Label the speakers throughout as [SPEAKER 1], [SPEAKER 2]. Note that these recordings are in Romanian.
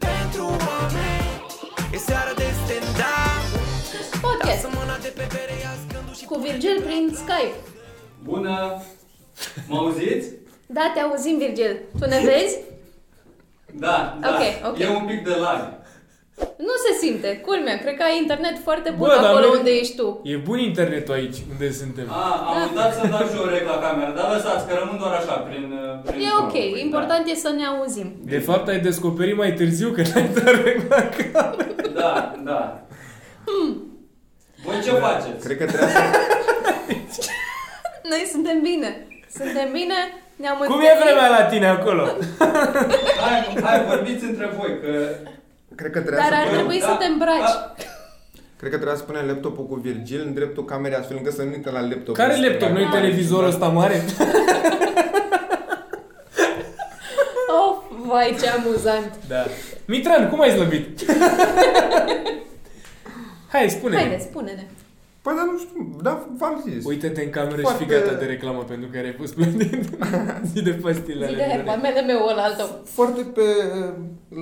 [SPEAKER 1] Da, cu Virgil prin Skype.
[SPEAKER 2] Bună! Mă auziți?
[SPEAKER 1] Da, te auzim, Virgil. Tu ne vezi?
[SPEAKER 2] Da, da.
[SPEAKER 1] Ok, ok.
[SPEAKER 2] E un pic de lag.
[SPEAKER 1] Nu se simte. Culmea, cred că ai internet foarte bun
[SPEAKER 3] Bă, dar
[SPEAKER 1] acolo
[SPEAKER 3] noi-
[SPEAKER 1] unde ești tu.
[SPEAKER 3] E bun internetul aici, unde suntem.
[SPEAKER 2] A,
[SPEAKER 1] Da.
[SPEAKER 2] am uitat să dau și o rec la cameră, dar lăsați că rămân doar așa, prin... uh, prin
[SPEAKER 1] E
[SPEAKER 2] grupuri,
[SPEAKER 3] păi, da.
[SPEAKER 1] ok, important e să ne auzim.
[SPEAKER 3] De fapt, ai descoperit mai târziu că n-ai internet.
[SPEAKER 2] Da, da. da.
[SPEAKER 1] Hmm.
[SPEAKER 2] Voi ce faceți?
[SPEAKER 4] Cred că trebuie să...
[SPEAKER 1] Noi suntem bine. Suntem bine, ne-am
[SPEAKER 3] Cum e vremea la tine acolo?
[SPEAKER 2] Hai, hai, vorbiți între voi, că...
[SPEAKER 4] Cred că
[SPEAKER 1] Dar
[SPEAKER 4] trebuia
[SPEAKER 1] ar
[SPEAKER 4] să punem,
[SPEAKER 1] trebui să te îmbraci.
[SPEAKER 2] Da.
[SPEAKER 4] cred că trebuia să punem laptopul cu Virgil în dreptul camerei astfel încât să nu uită la laptop.
[SPEAKER 3] Care laptop? Nu-i televizorul ăsta mare?
[SPEAKER 1] Of, Oh, vai, ce amuzant.
[SPEAKER 3] Da. Mitran, cum ai slăbit? Hai,
[SPEAKER 1] Haide,
[SPEAKER 3] spune
[SPEAKER 1] spune-ne.
[SPEAKER 4] Păi dar nu știu, da, v-am zis.
[SPEAKER 3] Uite-te în cameră și
[SPEAKER 4] Foarte-
[SPEAKER 3] fi gata de reclamă pentru care ai fost plătit. Zi de pastile
[SPEAKER 1] Zi de
[SPEAKER 3] alea.
[SPEAKER 1] herba,
[SPEAKER 3] minune.
[SPEAKER 1] mele meu ăla
[SPEAKER 4] Foarte pe eh,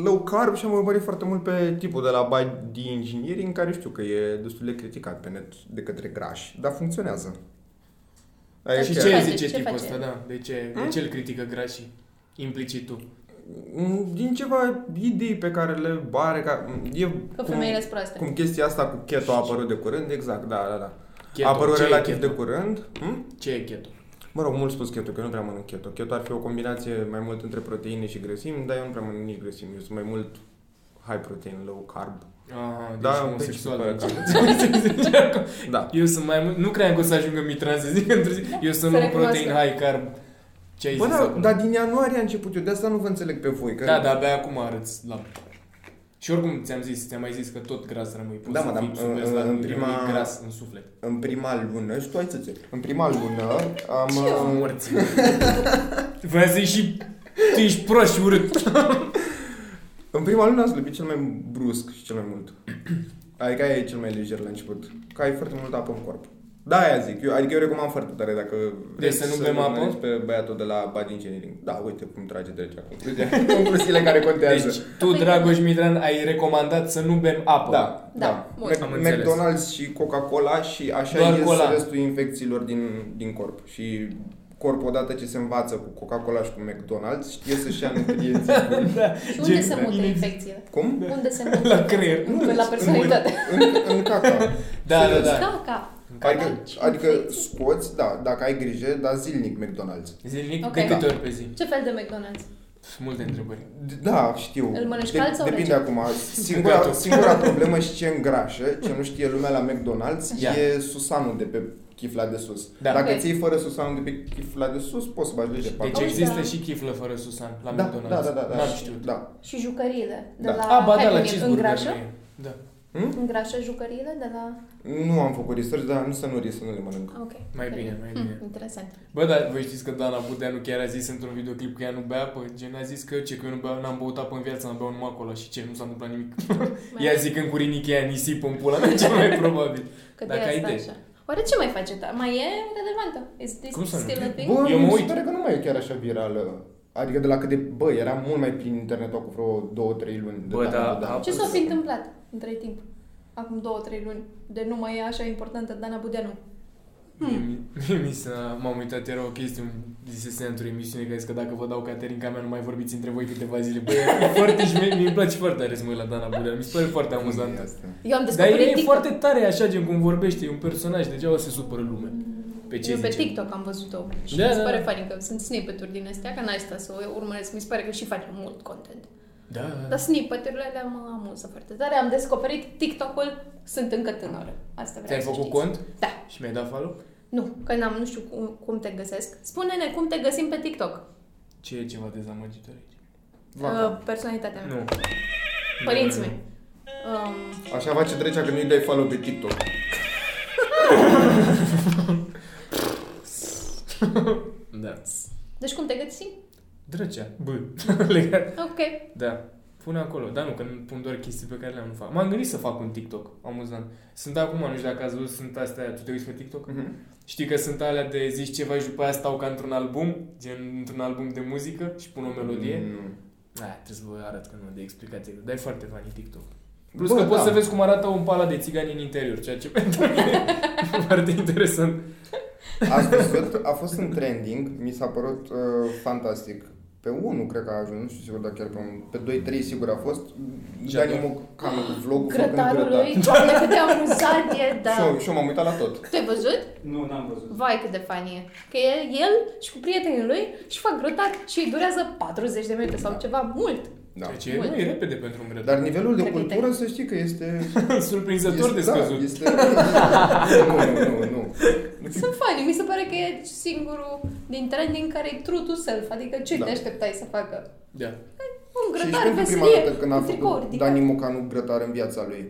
[SPEAKER 4] low carb și am urmărit foarte mult pe tipul de la Body Engineering, care știu că e destul de criticat pe net de către grași, dar funcționează. Ai
[SPEAKER 3] Și
[SPEAKER 1] Ce
[SPEAKER 3] ce
[SPEAKER 1] face?
[SPEAKER 3] zice
[SPEAKER 1] Ce
[SPEAKER 3] tipul
[SPEAKER 1] face?
[SPEAKER 3] ăsta, da? De ce, de
[SPEAKER 4] Hmm?
[SPEAKER 3] ce îl critică grașii? Implicit tu.
[SPEAKER 4] Mm, Din ceva idei pe care le are, ca, mm, e
[SPEAKER 1] Că
[SPEAKER 4] cum-
[SPEAKER 1] femeile sunt proaste.
[SPEAKER 4] Cum chestia asta cu keto a apărut de curând, exact, da, da, da.
[SPEAKER 3] Keto.
[SPEAKER 4] a apărut
[SPEAKER 3] Ce e
[SPEAKER 4] relativ
[SPEAKER 3] keto?
[SPEAKER 4] de curând. Hm?
[SPEAKER 3] Ce e keto?
[SPEAKER 4] Mă rog, mulți spus keto, că eu nu prea mănânc keto. Keto ar fi o combinație mai mult între proteine și grăsimi, dar eu nu prea mănânc nici grăsimi. Eu sunt mai mult high protein, low carb.
[SPEAKER 3] Ah, deci
[SPEAKER 4] Da,
[SPEAKER 3] homosexual.
[SPEAKER 4] deci, Da.
[SPEAKER 3] Eu sunt mai mult... Nu cream că o să ajungă Mitran să zic într-o zi. Eu sunt
[SPEAKER 1] Să
[SPEAKER 3] un
[SPEAKER 1] recunoască.
[SPEAKER 3] protein high carb. Ce ai
[SPEAKER 4] Bă,
[SPEAKER 3] zis
[SPEAKER 4] da,
[SPEAKER 3] acum?
[SPEAKER 4] dar din ianuarie a început eu, de asta nu vă înțeleg pe voi. Că
[SPEAKER 3] Da, da, abia acum arăți la... Și oricum ți-am zis, ți-am mai zis că tot gras rămâi. Poți
[SPEAKER 4] Da,
[SPEAKER 3] să
[SPEAKER 4] mă, dar,
[SPEAKER 3] fii super
[SPEAKER 4] în-
[SPEAKER 3] slab,
[SPEAKER 4] în
[SPEAKER 3] rămâi
[SPEAKER 4] prima-
[SPEAKER 3] gras în suflet.
[SPEAKER 4] În prima lună, și tu ai țățe. În prima lună am...
[SPEAKER 3] Am
[SPEAKER 4] uh,
[SPEAKER 3] morți. Vă zic și tu ești prost și urât.
[SPEAKER 4] În prima lună am slăbit cel mai brusc și cel mai mult. Adică aia e cel mai lejer la început. Că ai foarte multă apă în corp. Da, aia zic. Eu, adică eu recomand foarte tare dacă vreți
[SPEAKER 3] Deci să nu bem
[SPEAKER 4] îl
[SPEAKER 3] apă?
[SPEAKER 4] urmăriți pe băiatul de la Bad Engineering. Da, uite cum trage de aici concluzia. concluziile care contează.
[SPEAKER 3] Deci tu,
[SPEAKER 1] Păi,
[SPEAKER 3] Dragoș Mitran, ai recomandat să nu bem apă.
[SPEAKER 4] da,
[SPEAKER 1] Da,
[SPEAKER 4] da.
[SPEAKER 1] bun.
[SPEAKER 4] Mac-
[SPEAKER 3] Am înțeles.
[SPEAKER 4] McDonald's și Coca-Cola și așa
[SPEAKER 3] Doar
[SPEAKER 4] ies
[SPEAKER 3] cola.
[SPEAKER 4] restul infecțiilor din, din corp. Și corpul odată ce se învață cu Coca-Cola și cu McDonald's știe să-și ia nutrienții.
[SPEAKER 3] da.
[SPEAKER 1] Și unde
[SPEAKER 3] Gen-
[SPEAKER 1] se mută
[SPEAKER 3] Inex-
[SPEAKER 1] infecțiile?
[SPEAKER 4] Cum?
[SPEAKER 1] Unde se mută?
[SPEAKER 3] La creier.
[SPEAKER 1] Pe la personalitate.
[SPEAKER 4] În, în, în caca.
[SPEAKER 3] Da, da, da.
[SPEAKER 1] Caca.
[SPEAKER 4] Adică,
[SPEAKER 1] Aici,
[SPEAKER 4] adică
[SPEAKER 1] infecții.
[SPEAKER 4] scoți, da, dacă ai grijă, dar zilnic McDonald's.
[SPEAKER 3] Zilnic,
[SPEAKER 1] Ok.
[SPEAKER 3] de câte ori pe zi?
[SPEAKER 1] Ce fel de McDonald's?
[SPEAKER 3] Multe întrebări.
[SPEAKER 4] D- Da, știu.
[SPEAKER 1] Îl mănânci cald sau
[SPEAKER 4] Depinde
[SPEAKER 1] rece?
[SPEAKER 4] acum. Singura,
[SPEAKER 3] Gata.
[SPEAKER 4] singura problemă și ce îngrașă, ce nu știe lumea la McDonald's,
[SPEAKER 3] Ia.
[SPEAKER 4] e susanul de pe chifla de sus.
[SPEAKER 3] Da.
[SPEAKER 4] Dacă
[SPEAKER 1] Da. Ok.
[SPEAKER 4] ții fără susanul de pe chifla de sus, poți să bagi lege pe
[SPEAKER 3] Deci
[SPEAKER 1] Auzi,
[SPEAKER 3] există
[SPEAKER 1] da.
[SPEAKER 3] și chiflă fără Susan la
[SPEAKER 4] da,
[SPEAKER 3] McDonald's.
[SPEAKER 4] da, da, da, da.
[SPEAKER 3] N-am știut.
[SPEAKER 4] Da.
[SPEAKER 1] Și jucăriile de
[SPEAKER 4] Da.
[SPEAKER 1] la...
[SPEAKER 3] A, ba
[SPEAKER 1] Hai
[SPEAKER 3] da, la
[SPEAKER 1] cu mine,
[SPEAKER 3] cheeseburger. nu
[SPEAKER 1] Îngrașă?
[SPEAKER 3] e. Da.
[SPEAKER 1] Îngrașă jucăriile de la...
[SPEAKER 4] Nu am făcut research, dar nu să nu risc să nu le mănânc.
[SPEAKER 1] Ok.
[SPEAKER 3] Mai bine, mai bine.
[SPEAKER 1] Hmm, interesant.
[SPEAKER 3] Bă, dar voi știți că Dana Budeanu chiar a zis într-un videoclip că ea nu bea apă? Gen a zis că ce, că eu nu bea, n-am băut apă în viață, am beau numai cola și ce, nu s-a întâmplat nimic.
[SPEAKER 1] Mai
[SPEAKER 3] ea zicând cu rinichii aia nisip în pula mea, cel mai probabil.
[SPEAKER 1] Că de
[SPEAKER 3] Dacă
[SPEAKER 1] aia
[SPEAKER 3] ai
[SPEAKER 1] stă
[SPEAKER 3] idei.
[SPEAKER 1] așa. Oare ce mai face? ta? Mai e relevantă? Is this
[SPEAKER 3] Cum să nu
[SPEAKER 1] still a
[SPEAKER 3] fie?
[SPEAKER 1] thing?
[SPEAKER 4] Bă,
[SPEAKER 3] Eu mă
[SPEAKER 4] mi se
[SPEAKER 3] uit.
[SPEAKER 4] pare că nu mai e chiar așa virală. Adică de la cât de... Bă, era mult mai prin internet cu vreo 2-3 luni. de
[SPEAKER 3] Bă,
[SPEAKER 4] data
[SPEAKER 3] da,
[SPEAKER 4] de data.
[SPEAKER 3] a-
[SPEAKER 1] Ce s-a fi întâmplat între timp? Acum două, trei luni, de nu mai e așa importantă Dana Budeanu.
[SPEAKER 3] Mie mi- mie mi s-a, m-am uitat, era o chestie, îmi zisese într-o emisiune că, zice că dacă vă dau Caterinca mea, nu mai vorbiți între voi câteva zile. Bă, e foarte și mie, mi-mi place foarte tare să mă uit la Dana Budeanu, mi se pare foarte amuzant.
[SPEAKER 4] E asta.
[SPEAKER 1] Eu am
[SPEAKER 3] Dar
[SPEAKER 1] descoperit
[SPEAKER 3] el e
[SPEAKER 1] TikTok.
[SPEAKER 3] foarte tare așa, gen cum vorbește, e un personaj, degeaba se supără lumea. Pe ce
[SPEAKER 1] Eu pe
[SPEAKER 3] zice.
[SPEAKER 1] TikTok am văzut-o și
[SPEAKER 3] Da,
[SPEAKER 1] mi se
[SPEAKER 3] da,
[SPEAKER 1] pare
[SPEAKER 3] da.
[SPEAKER 1] fain că sunt snippet-uri din astea, că n-ai stat să o urmăresc, mi se pare că și face mult content.
[SPEAKER 3] Da.
[SPEAKER 1] Dar snippet-urile alea mă amuză foarte tare, am descoperit TikTok-ul, sunt încă tânără. Asta vreau
[SPEAKER 3] Ți-ai
[SPEAKER 1] să
[SPEAKER 3] făcut
[SPEAKER 1] știți.
[SPEAKER 3] cont?
[SPEAKER 1] Da.
[SPEAKER 3] Și mi-ai dat follow?
[SPEAKER 1] Nu, că n-am, nu știu cum, cum te găsesc. Spune-ne cum te găsim pe TikTok.
[SPEAKER 3] Ce e ceva dezamăgitor aici?
[SPEAKER 4] Vaca.
[SPEAKER 1] Uh, personalitatea mea.
[SPEAKER 3] Nu.
[SPEAKER 1] Părinții
[SPEAKER 3] Nu,
[SPEAKER 1] mei. Um,
[SPEAKER 4] Așa face trecea când nu-i dai follow pe TikTok.
[SPEAKER 3] Da.
[SPEAKER 1] deci cum te găsim?
[SPEAKER 3] Drăcea. B. Legat.
[SPEAKER 1] Ok.
[SPEAKER 3] Da. Pune acolo. Dar nu, că nu pun doar chestii pe care le-am nu fac. M-am gândit să fac un TikTok. Amuzant. Sunt acum, nu știu dacă ați văzut, sunt astea. Tu te uiți pe TikTok? Știi că sunt alea de zici ceva și după aia stau ca într-un album, gen într-un album de muzică și pun o melodie.
[SPEAKER 4] Mm, Nu.
[SPEAKER 3] Da, trebuie să vă arăt că nu de explicație. Dar e foarte funny TikTok. Plus
[SPEAKER 4] Bă,
[SPEAKER 3] că poți
[SPEAKER 4] da.
[SPEAKER 3] să vezi cum arată un pala de țigani în interior, ceea ce pentru mine e foarte interesant.
[SPEAKER 4] Ați văzut, a fost în trending, mi s-a părut uh, fantastic. Pe 1 cred că a ajuns, nu știu sigur dacă chiar pe 1, pe 2-3 sigur a fost.
[SPEAKER 3] Ce-a
[SPEAKER 4] Dani Mocanu cu vlogul făcând
[SPEAKER 1] Grătarul
[SPEAKER 4] grătar.
[SPEAKER 1] lui, doamne, cât de amuzant e,
[SPEAKER 4] Și
[SPEAKER 1] da.
[SPEAKER 4] eu- Și eu m-am uitat la tot.
[SPEAKER 1] Tu ai văzut?
[SPEAKER 2] Nu, n-am văzut.
[SPEAKER 1] Vai cât de funny e. Că el, el și cu prietenii lui și fac grătar și îi durează 40 de minute sau ceva mult.
[SPEAKER 4] Da.
[SPEAKER 3] Deci e,
[SPEAKER 1] Mult.
[SPEAKER 3] mă, e repede pentru un grătar.
[SPEAKER 4] Dar nivelul de
[SPEAKER 1] Trebuie
[SPEAKER 4] cultură să știi că este...
[SPEAKER 3] Surprinzător de
[SPEAKER 4] da,
[SPEAKER 3] scăzut.
[SPEAKER 4] este... nu, nu, nu, nu.
[SPEAKER 1] Sunt funny, mi se pare că e singurul din trending care e true to self, adică ce
[SPEAKER 4] Da.
[SPEAKER 1] te așteptai să facă?
[SPEAKER 3] Da.
[SPEAKER 4] Păi
[SPEAKER 1] Un
[SPEAKER 4] Și
[SPEAKER 1] grătar,
[SPEAKER 4] ești pentru prima dată
[SPEAKER 1] veselie,
[SPEAKER 4] când a
[SPEAKER 1] un tricou
[SPEAKER 4] făcut
[SPEAKER 1] ridicat.
[SPEAKER 4] Dani Mocanu grătar în viața lui.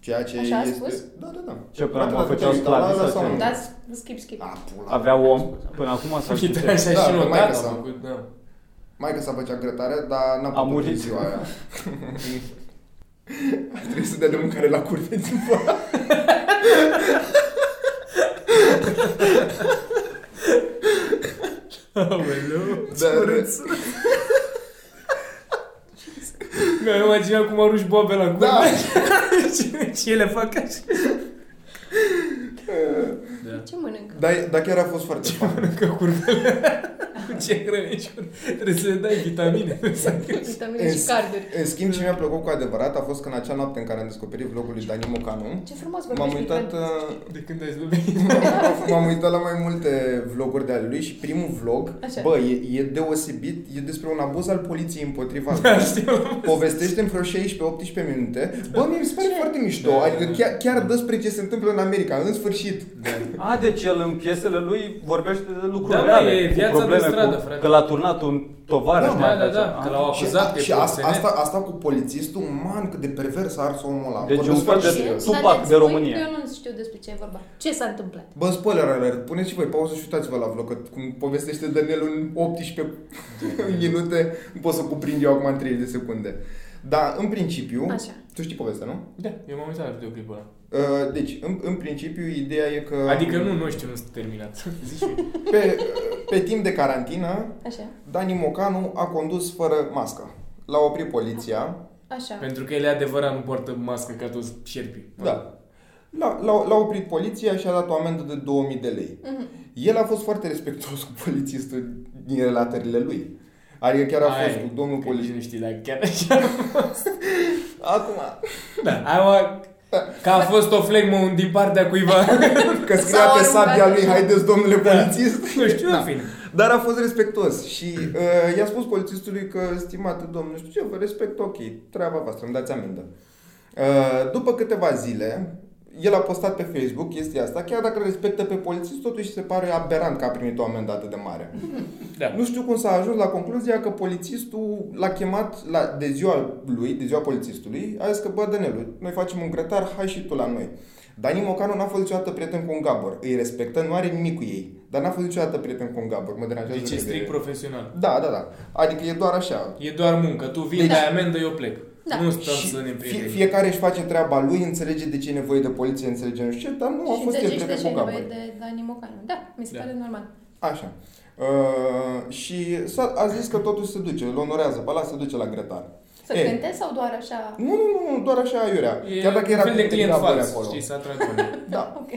[SPEAKER 4] Ceea ce
[SPEAKER 1] Așa a
[SPEAKER 4] este...
[SPEAKER 1] spus?
[SPEAKER 4] Da, da, da.
[SPEAKER 5] Ce, până acum
[SPEAKER 4] Dacă
[SPEAKER 5] făceau
[SPEAKER 4] te-ai uitat la
[SPEAKER 5] sclavi
[SPEAKER 4] ăla
[SPEAKER 5] sau
[SPEAKER 4] sau
[SPEAKER 5] ce?
[SPEAKER 4] nu?
[SPEAKER 1] Da, skip, skip.
[SPEAKER 4] A, pula.
[SPEAKER 5] Aveau om până acum sau știu
[SPEAKER 3] Uite,
[SPEAKER 5] ce?
[SPEAKER 3] așa
[SPEAKER 4] Da,
[SPEAKER 3] și
[SPEAKER 4] pe
[SPEAKER 3] notat
[SPEAKER 4] maică
[SPEAKER 3] a
[SPEAKER 4] sa.
[SPEAKER 3] făcut, da.
[SPEAKER 4] Mai că s-a făcea grătare, dar n-a
[SPEAKER 5] A
[SPEAKER 4] putut
[SPEAKER 5] murit.
[SPEAKER 4] în ziua aia. Trebuie să dea de mâncare la curte în ziua.
[SPEAKER 3] Aoleu.
[SPEAKER 4] Dar,
[SPEAKER 3] Mi-am imaginat cum arunci boabe la gură
[SPEAKER 4] da,
[SPEAKER 3] și, și ele fac așa. Da.
[SPEAKER 1] Ce mănâncă?
[SPEAKER 4] dar, dar chiar a fost foarte fain.
[SPEAKER 3] Mănâncă curvele. Cu ce hrănești? Trebuie să le dai vitamine.
[SPEAKER 1] Vitamine și
[SPEAKER 4] Ins-
[SPEAKER 1] carduri.
[SPEAKER 4] În schimb, ce mi-a plăcut cu adevărat a fost că în acea noapte în care am descoperit vlogul lui Dani Mocanu,
[SPEAKER 1] Ce frumos
[SPEAKER 4] m-am
[SPEAKER 1] vorbești,
[SPEAKER 4] uitat,
[SPEAKER 1] Mihai.
[SPEAKER 4] uh,
[SPEAKER 3] De când ai slăbit?
[SPEAKER 4] m-am uitat la mai multe vloguri de ale lui și primul vlog,
[SPEAKER 1] Așa.
[SPEAKER 4] bă, e, e deosebit, e despre un abuz al poliției împotriva lui.
[SPEAKER 3] Da, știu.
[SPEAKER 4] povestește în vreo 16-18 minute. Bă, mi se pare foarte mișto.
[SPEAKER 3] Da,
[SPEAKER 4] adică
[SPEAKER 3] da,
[SPEAKER 4] chiar,
[SPEAKER 3] da.
[SPEAKER 4] chiar dă spre ce se întâmplă în America, în sfârșit.
[SPEAKER 3] Da.
[SPEAKER 5] A, deci el în piesele lui vorbește de lucruri
[SPEAKER 3] Da, mă,
[SPEAKER 5] reale.
[SPEAKER 3] e
[SPEAKER 5] cu
[SPEAKER 3] viața de
[SPEAKER 5] probleme,
[SPEAKER 3] stradă,
[SPEAKER 5] cu,
[SPEAKER 3] frate.
[SPEAKER 5] Că l-a turnat un tovarăș.
[SPEAKER 3] Da,
[SPEAKER 5] mai
[SPEAKER 3] da,
[SPEAKER 5] face.
[SPEAKER 3] da, că l-au
[SPEAKER 4] Și,
[SPEAKER 3] acuzat de
[SPEAKER 4] și asta,
[SPEAKER 3] proxenet.
[SPEAKER 4] asta, asta cu polițistul, man, cât de pervers a ars omul ăla.
[SPEAKER 5] Deci
[SPEAKER 4] Bă,
[SPEAKER 5] un
[SPEAKER 4] nu-ți
[SPEAKER 5] fel
[SPEAKER 4] faci
[SPEAKER 5] de-
[SPEAKER 4] serios.
[SPEAKER 5] Tupac
[SPEAKER 1] Dar ne-ați
[SPEAKER 5] de
[SPEAKER 1] spui
[SPEAKER 5] România.
[SPEAKER 1] că Eu nu știu despre ce e vorba. Ce s-a întâmplat?
[SPEAKER 4] Bă, spoiler alert, puneți și voi pauză și uitați-vă la vlog, că cum povestește Daniel în 18 minute, nu pot să cuprind eu acum în 30 de secunde. Dar, în principiu,
[SPEAKER 1] Așa.
[SPEAKER 4] tu știi povestea, nu?
[SPEAKER 3] Da, eu m-am uitat la videoclipul ăla.
[SPEAKER 4] Uh, Deci, în, în principiu, ideea e că
[SPEAKER 3] Adică nu, nu știu, nu sunt terminat. Zici eu.
[SPEAKER 4] pe, pe timp de carantină,
[SPEAKER 1] Așa.
[SPEAKER 4] Dani Mocanu a condus fără mască. L-a oprit poliția.
[SPEAKER 1] Așa.
[SPEAKER 3] Pentru că el e adevărat, nu poartă mască ca toți șerpii.
[SPEAKER 4] Da. L-a, l-a, l-a oprit poliția și a dat o amendă de 2000 de lei.
[SPEAKER 1] Mhm.
[SPEAKER 4] El a fost foarte respectuos cu polițistul din relatările lui. Adică chiar a
[SPEAKER 3] Aia
[SPEAKER 4] fost
[SPEAKER 3] e.
[SPEAKER 4] cu domnul
[SPEAKER 3] Că nici
[SPEAKER 4] polițist.
[SPEAKER 3] nu știi dacă chiar așa.
[SPEAKER 4] Acum,
[SPEAKER 3] Da. Aia,
[SPEAKER 4] Da.
[SPEAKER 3] că a fost o flegmă un- din partea cuiva.
[SPEAKER 4] că scria
[SPEAKER 1] S-au
[SPEAKER 4] pe
[SPEAKER 1] aruncat. Da.
[SPEAKER 4] sabia lui, haideți domnule polițist.
[SPEAKER 3] nu știu, în
[SPEAKER 4] Da.
[SPEAKER 3] fine.
[SPEAKER 4] Dar a fost respectuos și uh, i-a spus polițistului că, stimate domn, nu știu ce, vă respect, ok, treaba voastră, îmi dați amendă. Uh, după câteva zile, el a postat pe Facebook chestia asta, chiar dacă îl respectă pe polițist, totuși se pare aberant că a primit o amendă atât de mare.
[SPEAKER 3] Da.
[SPEAKER 4] Nu știu cum s-a ajuns la concluzia că polițistul l-a chemat la, de ziua lui, de ziua polițistului, a zis că, bă, Dănelu, noi facem un grătar, hai și tu la noi. Dani Mocanu n-a fost niciodată prieten cu un Gabor. Îi respectă, nu are nimic cu ei. Dar n-a fost niciodată prieten cu un Gabor. Mă deranjează.
[SPEAKER 3] Deci e
[SPEAKER 4] că de-
[SPEAKER 3] strict profesional.
[SPEAKER 4] Da, da, da. Adică e doar așa.
[SPEAKER 3] E doar muncă. Tu vii,
[SPEAKER 4] Deci-
[SPEAKER 3] dai amendă, eu plec.
[SPEAKER 1] Da.
[SPEAKER 3] Nu stăm
[SPEAKER 4] Și
[SPEAKER 3] să ne
[SPEAKER 4] fie,
[SPEAKER 3] prietenim.
[SPEAKER 4] fiecare își face treaba lui, înțelege de ce e nevoie de poliție, înțelege nu știu ce, dar nu a
[SPEAKER 1] și
[SPEAKER 4] fost el
[SPEAKER 1] înțelegi de ce
[SPEAKER 4] prieten cu
[SPEAKER 1] e
[SPEAKER 4] un
[SPEAKER 1] nevoie
[SPEAKER 4] Gabor.
[SPEAKER 1] de Dani Mocanu. Da, mi se
[SPEAKER 3] Da.
[SPEAKER 1] pare normal.
[SPEAKER 4] Așa. Uh, și s-a, a zis că totuși se duce, îl onorează, pe ăla se duce la grătar.
[SPEAKER 1] Să
[SPEAKER 4] E.
[SPEAKER 1] cânte sau doar așa?
[SPEAKER 4] Nu, nu, nu, nu, doar așa aiurea.
[SPEAKER 3] E
[SPEAKER 4] Chiar dacă
[SPEAKER 3] un
[SPEAKER 4] era
[SPEAKER 3] fel de client
[SPEAKER 4] Gabor
[SPEAKER 3] fals, știi, să atrag oameni.
[SPEAKER 4] Da.
[SPEAKER 1] Ok.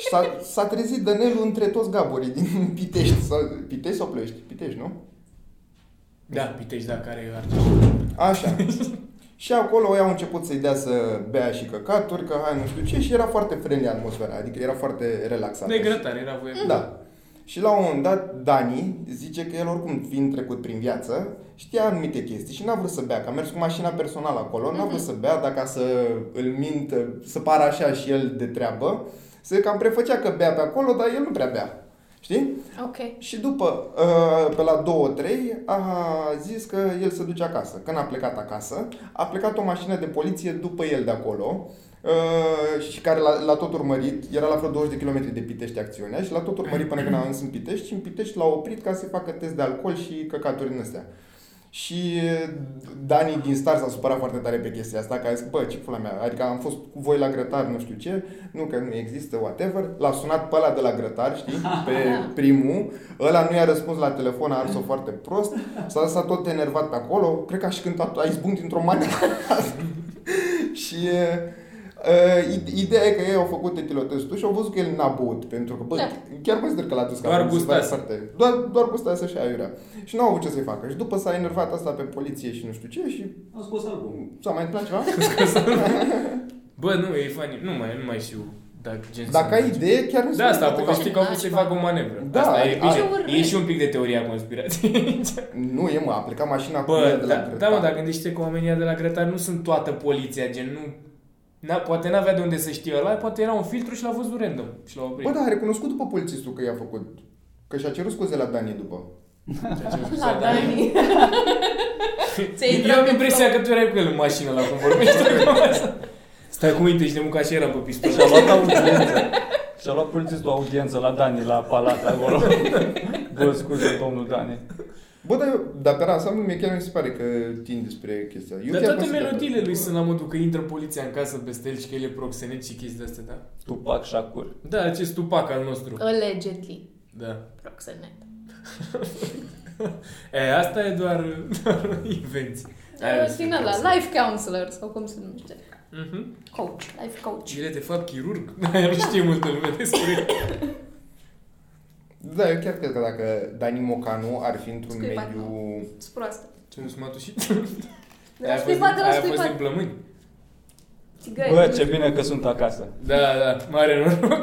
[SPEAKER 4] Și s-a, s-a trezit Dănelul între toți gaborii din Pitești. Sau, Pitești sau Ploiești? Pitești, nu?
[SPEAKER 3] Da, Pitești, da, care e
[SPEAKER 4] Așa. și acolo ei au început să-i dea să bea și căcaturi, că hai nu știu ce, și era foarte friendly atmosfera, adică era foarte relaxată.
[SPEAKER 3] De grătar, era voie.
[SPEAKER 4] Da. Și la un moment dat, Dani zice că el oricum, fiind trecut prin viață, știa anumite chestii și n-a vrut să bea, că a mers cu mașina personală acolo, n-a vrut să bea, dar ca să îl mint, să pară așa și el de treabă, se cam prefăcea că bea pe acolo, dar el nu prea bea. Știi?
[SPEAKER 1] Ok.
[SPEAKER 4] Și după, uh, pe la 2-3, a zis că el se duce acasă. Când a plecat acasă, a plecat o mașină de poliție după el de acolo uh, și care l-a, l-a tot urmărit. Era la vreo 20 de km de Pitești acțiunea și l-a tot urmărit până când a ajuns în Pitești și în Pitești l-a oprit ca să facă test de alcool și căcaturi în astea. Și uh, Dani din Star s-a supărat foarte tare pe chestia asta, că a zis, bă, ce pula mea, adică am fost cu voi la grătar, nu știu ce, nu că nu există, whatever. L-a sunat pe ăla de la grătar, știi, pe primul, ăla nu i-a răspuns la telefon, a ars-o foarte prost, s-a lăsat tot enervat pe acolo, cred că a și cântat, a izbunit într-o manea. și uh, ide- ideea e că ei au făcut etilotestul și au văzut că el n-a băut, pentru că, bă,
[SPEAKER 1] Da.
[SPEAKER 4] chiar consider că l-a dus ca
[SPEAKER 3] Doar
[SPEAKER 4] om, se pare
[SPEAKER 3] gustase.
[SPEAKER 4] Da, foarte- Doar, doar gustase și aiurea. Și n-au avut ce să-i facă. Și după s-a enervat asta pe poliție și nu știu ce și
[SPEAKER 2] Am scos albumul.
[SPEAKER 4] s-a mai întâmplat ceva.
[SPEAKER 3] Bă, nu, e funny. Nu mai, nu mai știu dacă gen
[SPEAKER 4] Dacă ai idee, chiar nu
[SPEAKER 3] De asta,
[SPEAKER 4] poate că-
[SPEAKER 3] povestii că au putut să-i facă o manevră.
[SPEAKER 4] Da,
[SPEAKER 3] asta e,
[SPEAKER 4] adică-
[SPEAKER 3] bine, e și un pic de teoria conspirației.
[SPEAKER 4] Nu, e mă, a plecat mașina cu ea
[SPEAKER 3] Bă,
[SPEAKER 4] de la
[SPEAKER 3] da, da,
[SPEAKER 4] grătar.
[SPEAKER 3] mă, dar gândește că oamenii ăia de la grătar nu sunt toată poliția, gen, nu... Na, poate n-avea de unde să știe ăla, poate era un filtru și l-a văzut random și l-a oprit.
[SPEAKER 4] Bă, da, a recunoscut după polițistul că i-a făcut. Că și-a cerut scuze la Dani după.
[SPEAKER 3] Ceea ce
[SPEAKER 1] La
[SPEAKER 3] da.
[SPEAKER 1] Dani. Ți-ai
[SPEAKER 3] Eu
[SPEAKER 1] intrat
[SPEAKER 3] am
[SPEAKER 1] în
[SPEAKER 3] impresia că tu erai cu el în mașină la cum vorbești acum. Stai cu minte și de munca și era pe pistol.
[SPEAKER 5] Și-a luat audiență. Și-a luat polițistul audiență la Dani, la palat acolo. Vă scuze, domnul Dani.
[SPEAKER 4] Bă, dar, eu- dar pe ansamblu mie chiar mi se pare că tind despre chestia. Eu
[SPEAKER 3] Dar
[SPEAKER 4] chiar
[SPEAKER 3] toate
[SPEAKER 4] consider că-
[SPEAKER 3] melodiile lui sunt la modul că intră poliția în casă peste el și că el e proxenet și chestii de-astea, da?
[SPEAKER 5] Tupac Shakur.
[SPEAKER 3] Da, acest tupac al nostru.
[SPEAKER 1] Allegedly.
[SPEAKER 3] Da.
[SPEAKER 1] Proxenet.
[SPEAKER 3] E, asta e doar, doar invenții. Aia
[SPEAKER 1] Uh, Din
[SPEAKER 3] sunt
[SPEAKER 1] ăla,
[SPEAKER 3] proxenet.
[SPEAKER 1] life counselor sau cum se numește.
[SPEAKER 3] Mhm.
[SPEAKER 1] Coach, life coach.
[SPEAKER 3] El e de fapt chirurg? nu știe multă lume despre el.
[SPEAKER 4] Da, eu chiar cred că dacă Dani Mocanu ar fi într-un
[SPEAKER 1] Scuipat,
[SPEAKER 4] mediu...
[SPEAKER 1] Sunt proastă.
[SPEAKER 3] Ce nu sunt matușit?
[SPEAKER 1] De la
[SPEAKER 3] Aia a fost
[SPEAKER 1] scuipat, de
[SPEAKER 3] din-
[SPEAKER 1] la
[SPEAKER 3] aia a fost din
[SPEAKER 1] scuipat.
[SPEAKER 3] plămâni.
[SPEAKER 1] Țigări.
[SPEAKER 5] Bă, ce bine că sunt acasă.
[SPEAKER 3] Da, da, mare noroc.
[SPEAKER 4] Uh,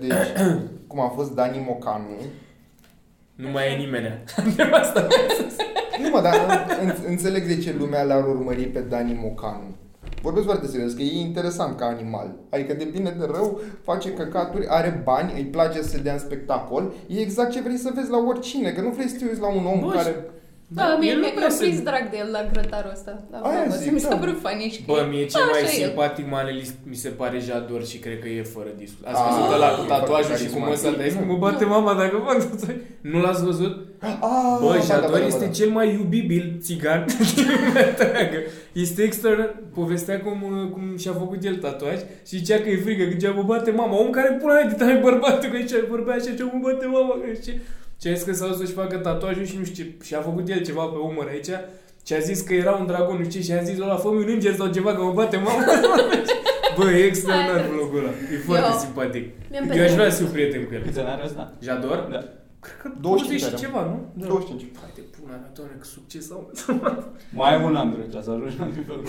[SPEAKER 4] Deci, cum a fost Dani Mocanu...
[SPEAKER 3] Nu mai e nimeni. De asta.
[SPEAKER 4] Nu mă, dar în- înțeleg de ce lumea l-ar urmări pe Dani Mocanu. Vorbesc foarte serios, că e interesant ca animal. Adică de bine de rău face căcaturi, are bani, îi place să dea în spectacol. E exact ce vrei să vezi la oricine, că nu vrei să te uiți la un om
[SPEAKER 3] Bă,
[SPEAKER 4] care...
[SPEAKER 1] Da, mie
[SPEAKER 3] el nu
[SPEAKER 1] mi-a
[SPEAKER 3] prea
[SPEAKER 1] mi-a
[SPEAKER 3] se-
[SPEAKER 1] prins drag de el la grătarul ăsta. La
[SPEAKER 4] Aia
[SPEAKER 1] vorbă.
[SPEAKER 4] zic,
[SPEAKER 1] Mi s-a
[SPEAKER 4] da.
[SPEAKER 1] părut funny și că
[SPEAKER 3] Bă,
[SPEAKER 1] e-
[SPEAKER 3] mie cel
[SPEAKER 1] A,
[SPEAKER 3] mai
[SPEAKER 1] Da, așa e.
[SPEAKER 3] simpatic manelist mi se pare Jador și cred că e fără discuție.
[SPEAKER 4] A,
[SPEAKER 3] Ați văzut ăla cu
[SPEAKER 4] e
[SPEAKER 3] tatuajul
[SPEAKER 4] foarte
[SPEAKER 3] și cu
[SPEAKER 4] carismatic.
[SPEAKER 3] măsa de aici? Mă bate mama dacă mă tatuaj. Nu l-ați văzut?
[SPEAKER 4] Ah,
[SPEAKER 3] Bă,
[SPEAKER 4] da, da, da,
[SPEAKER 3] Jador
[SPEAKER 4] da,
[SPEAKER 3] este
[SPEAKER 4] da.
[SPEAKER 3] cel mai iubibil țigan din lumea întreagă. Este extraordinar. Povestea cum, uh, cum și-a făcut el tatuaj și zicea că e frică, că zicea, mă bate mama. Om care pula mea, de tare bărbatul, că zicea, vorbea așa, ce mă bate mama, că zice. Și a zis că s-a dus să-și facă tatuajul și nu știu ce, și a făcut el ceva pe umăr aici și a zis că era un dragon, nu știu ce, și a zis, ăla, fă un înger sau ceva, că mă bate mama. Bă, e extraordinar
[SPEAKER 1] Hai.
[SPEAKER 3] vlogul ăla. E foarte
[SPEAKER 1] Eu-
[SPEAKER 3] simpatic.
[SPEAKER 1] mi-am
[SPEAKER 3] Eu aș
[SPEAKER 1] petrecut.
[SPEAKER 3] vrea să fiu prieten cu el.
[SPEAKER 5] Câți ani are ăsta?
[SPEAKER 3] Jador?
[SPEAKER 5] Da.
[SPEAKER 3] Cred că
[SPEAKER 4] 25
[SPEAKER 3] 20 și
[SPEAKER 4] era.
[SPEAKER 3] ceva, nu? Da.
[SPEAKER 4] 25.
[SPEAKER 3] Hai de pula mea, doamne, că succes au.
[SPEAKER 5] Mai ai un an, drăgea, să ajungi la nivelul.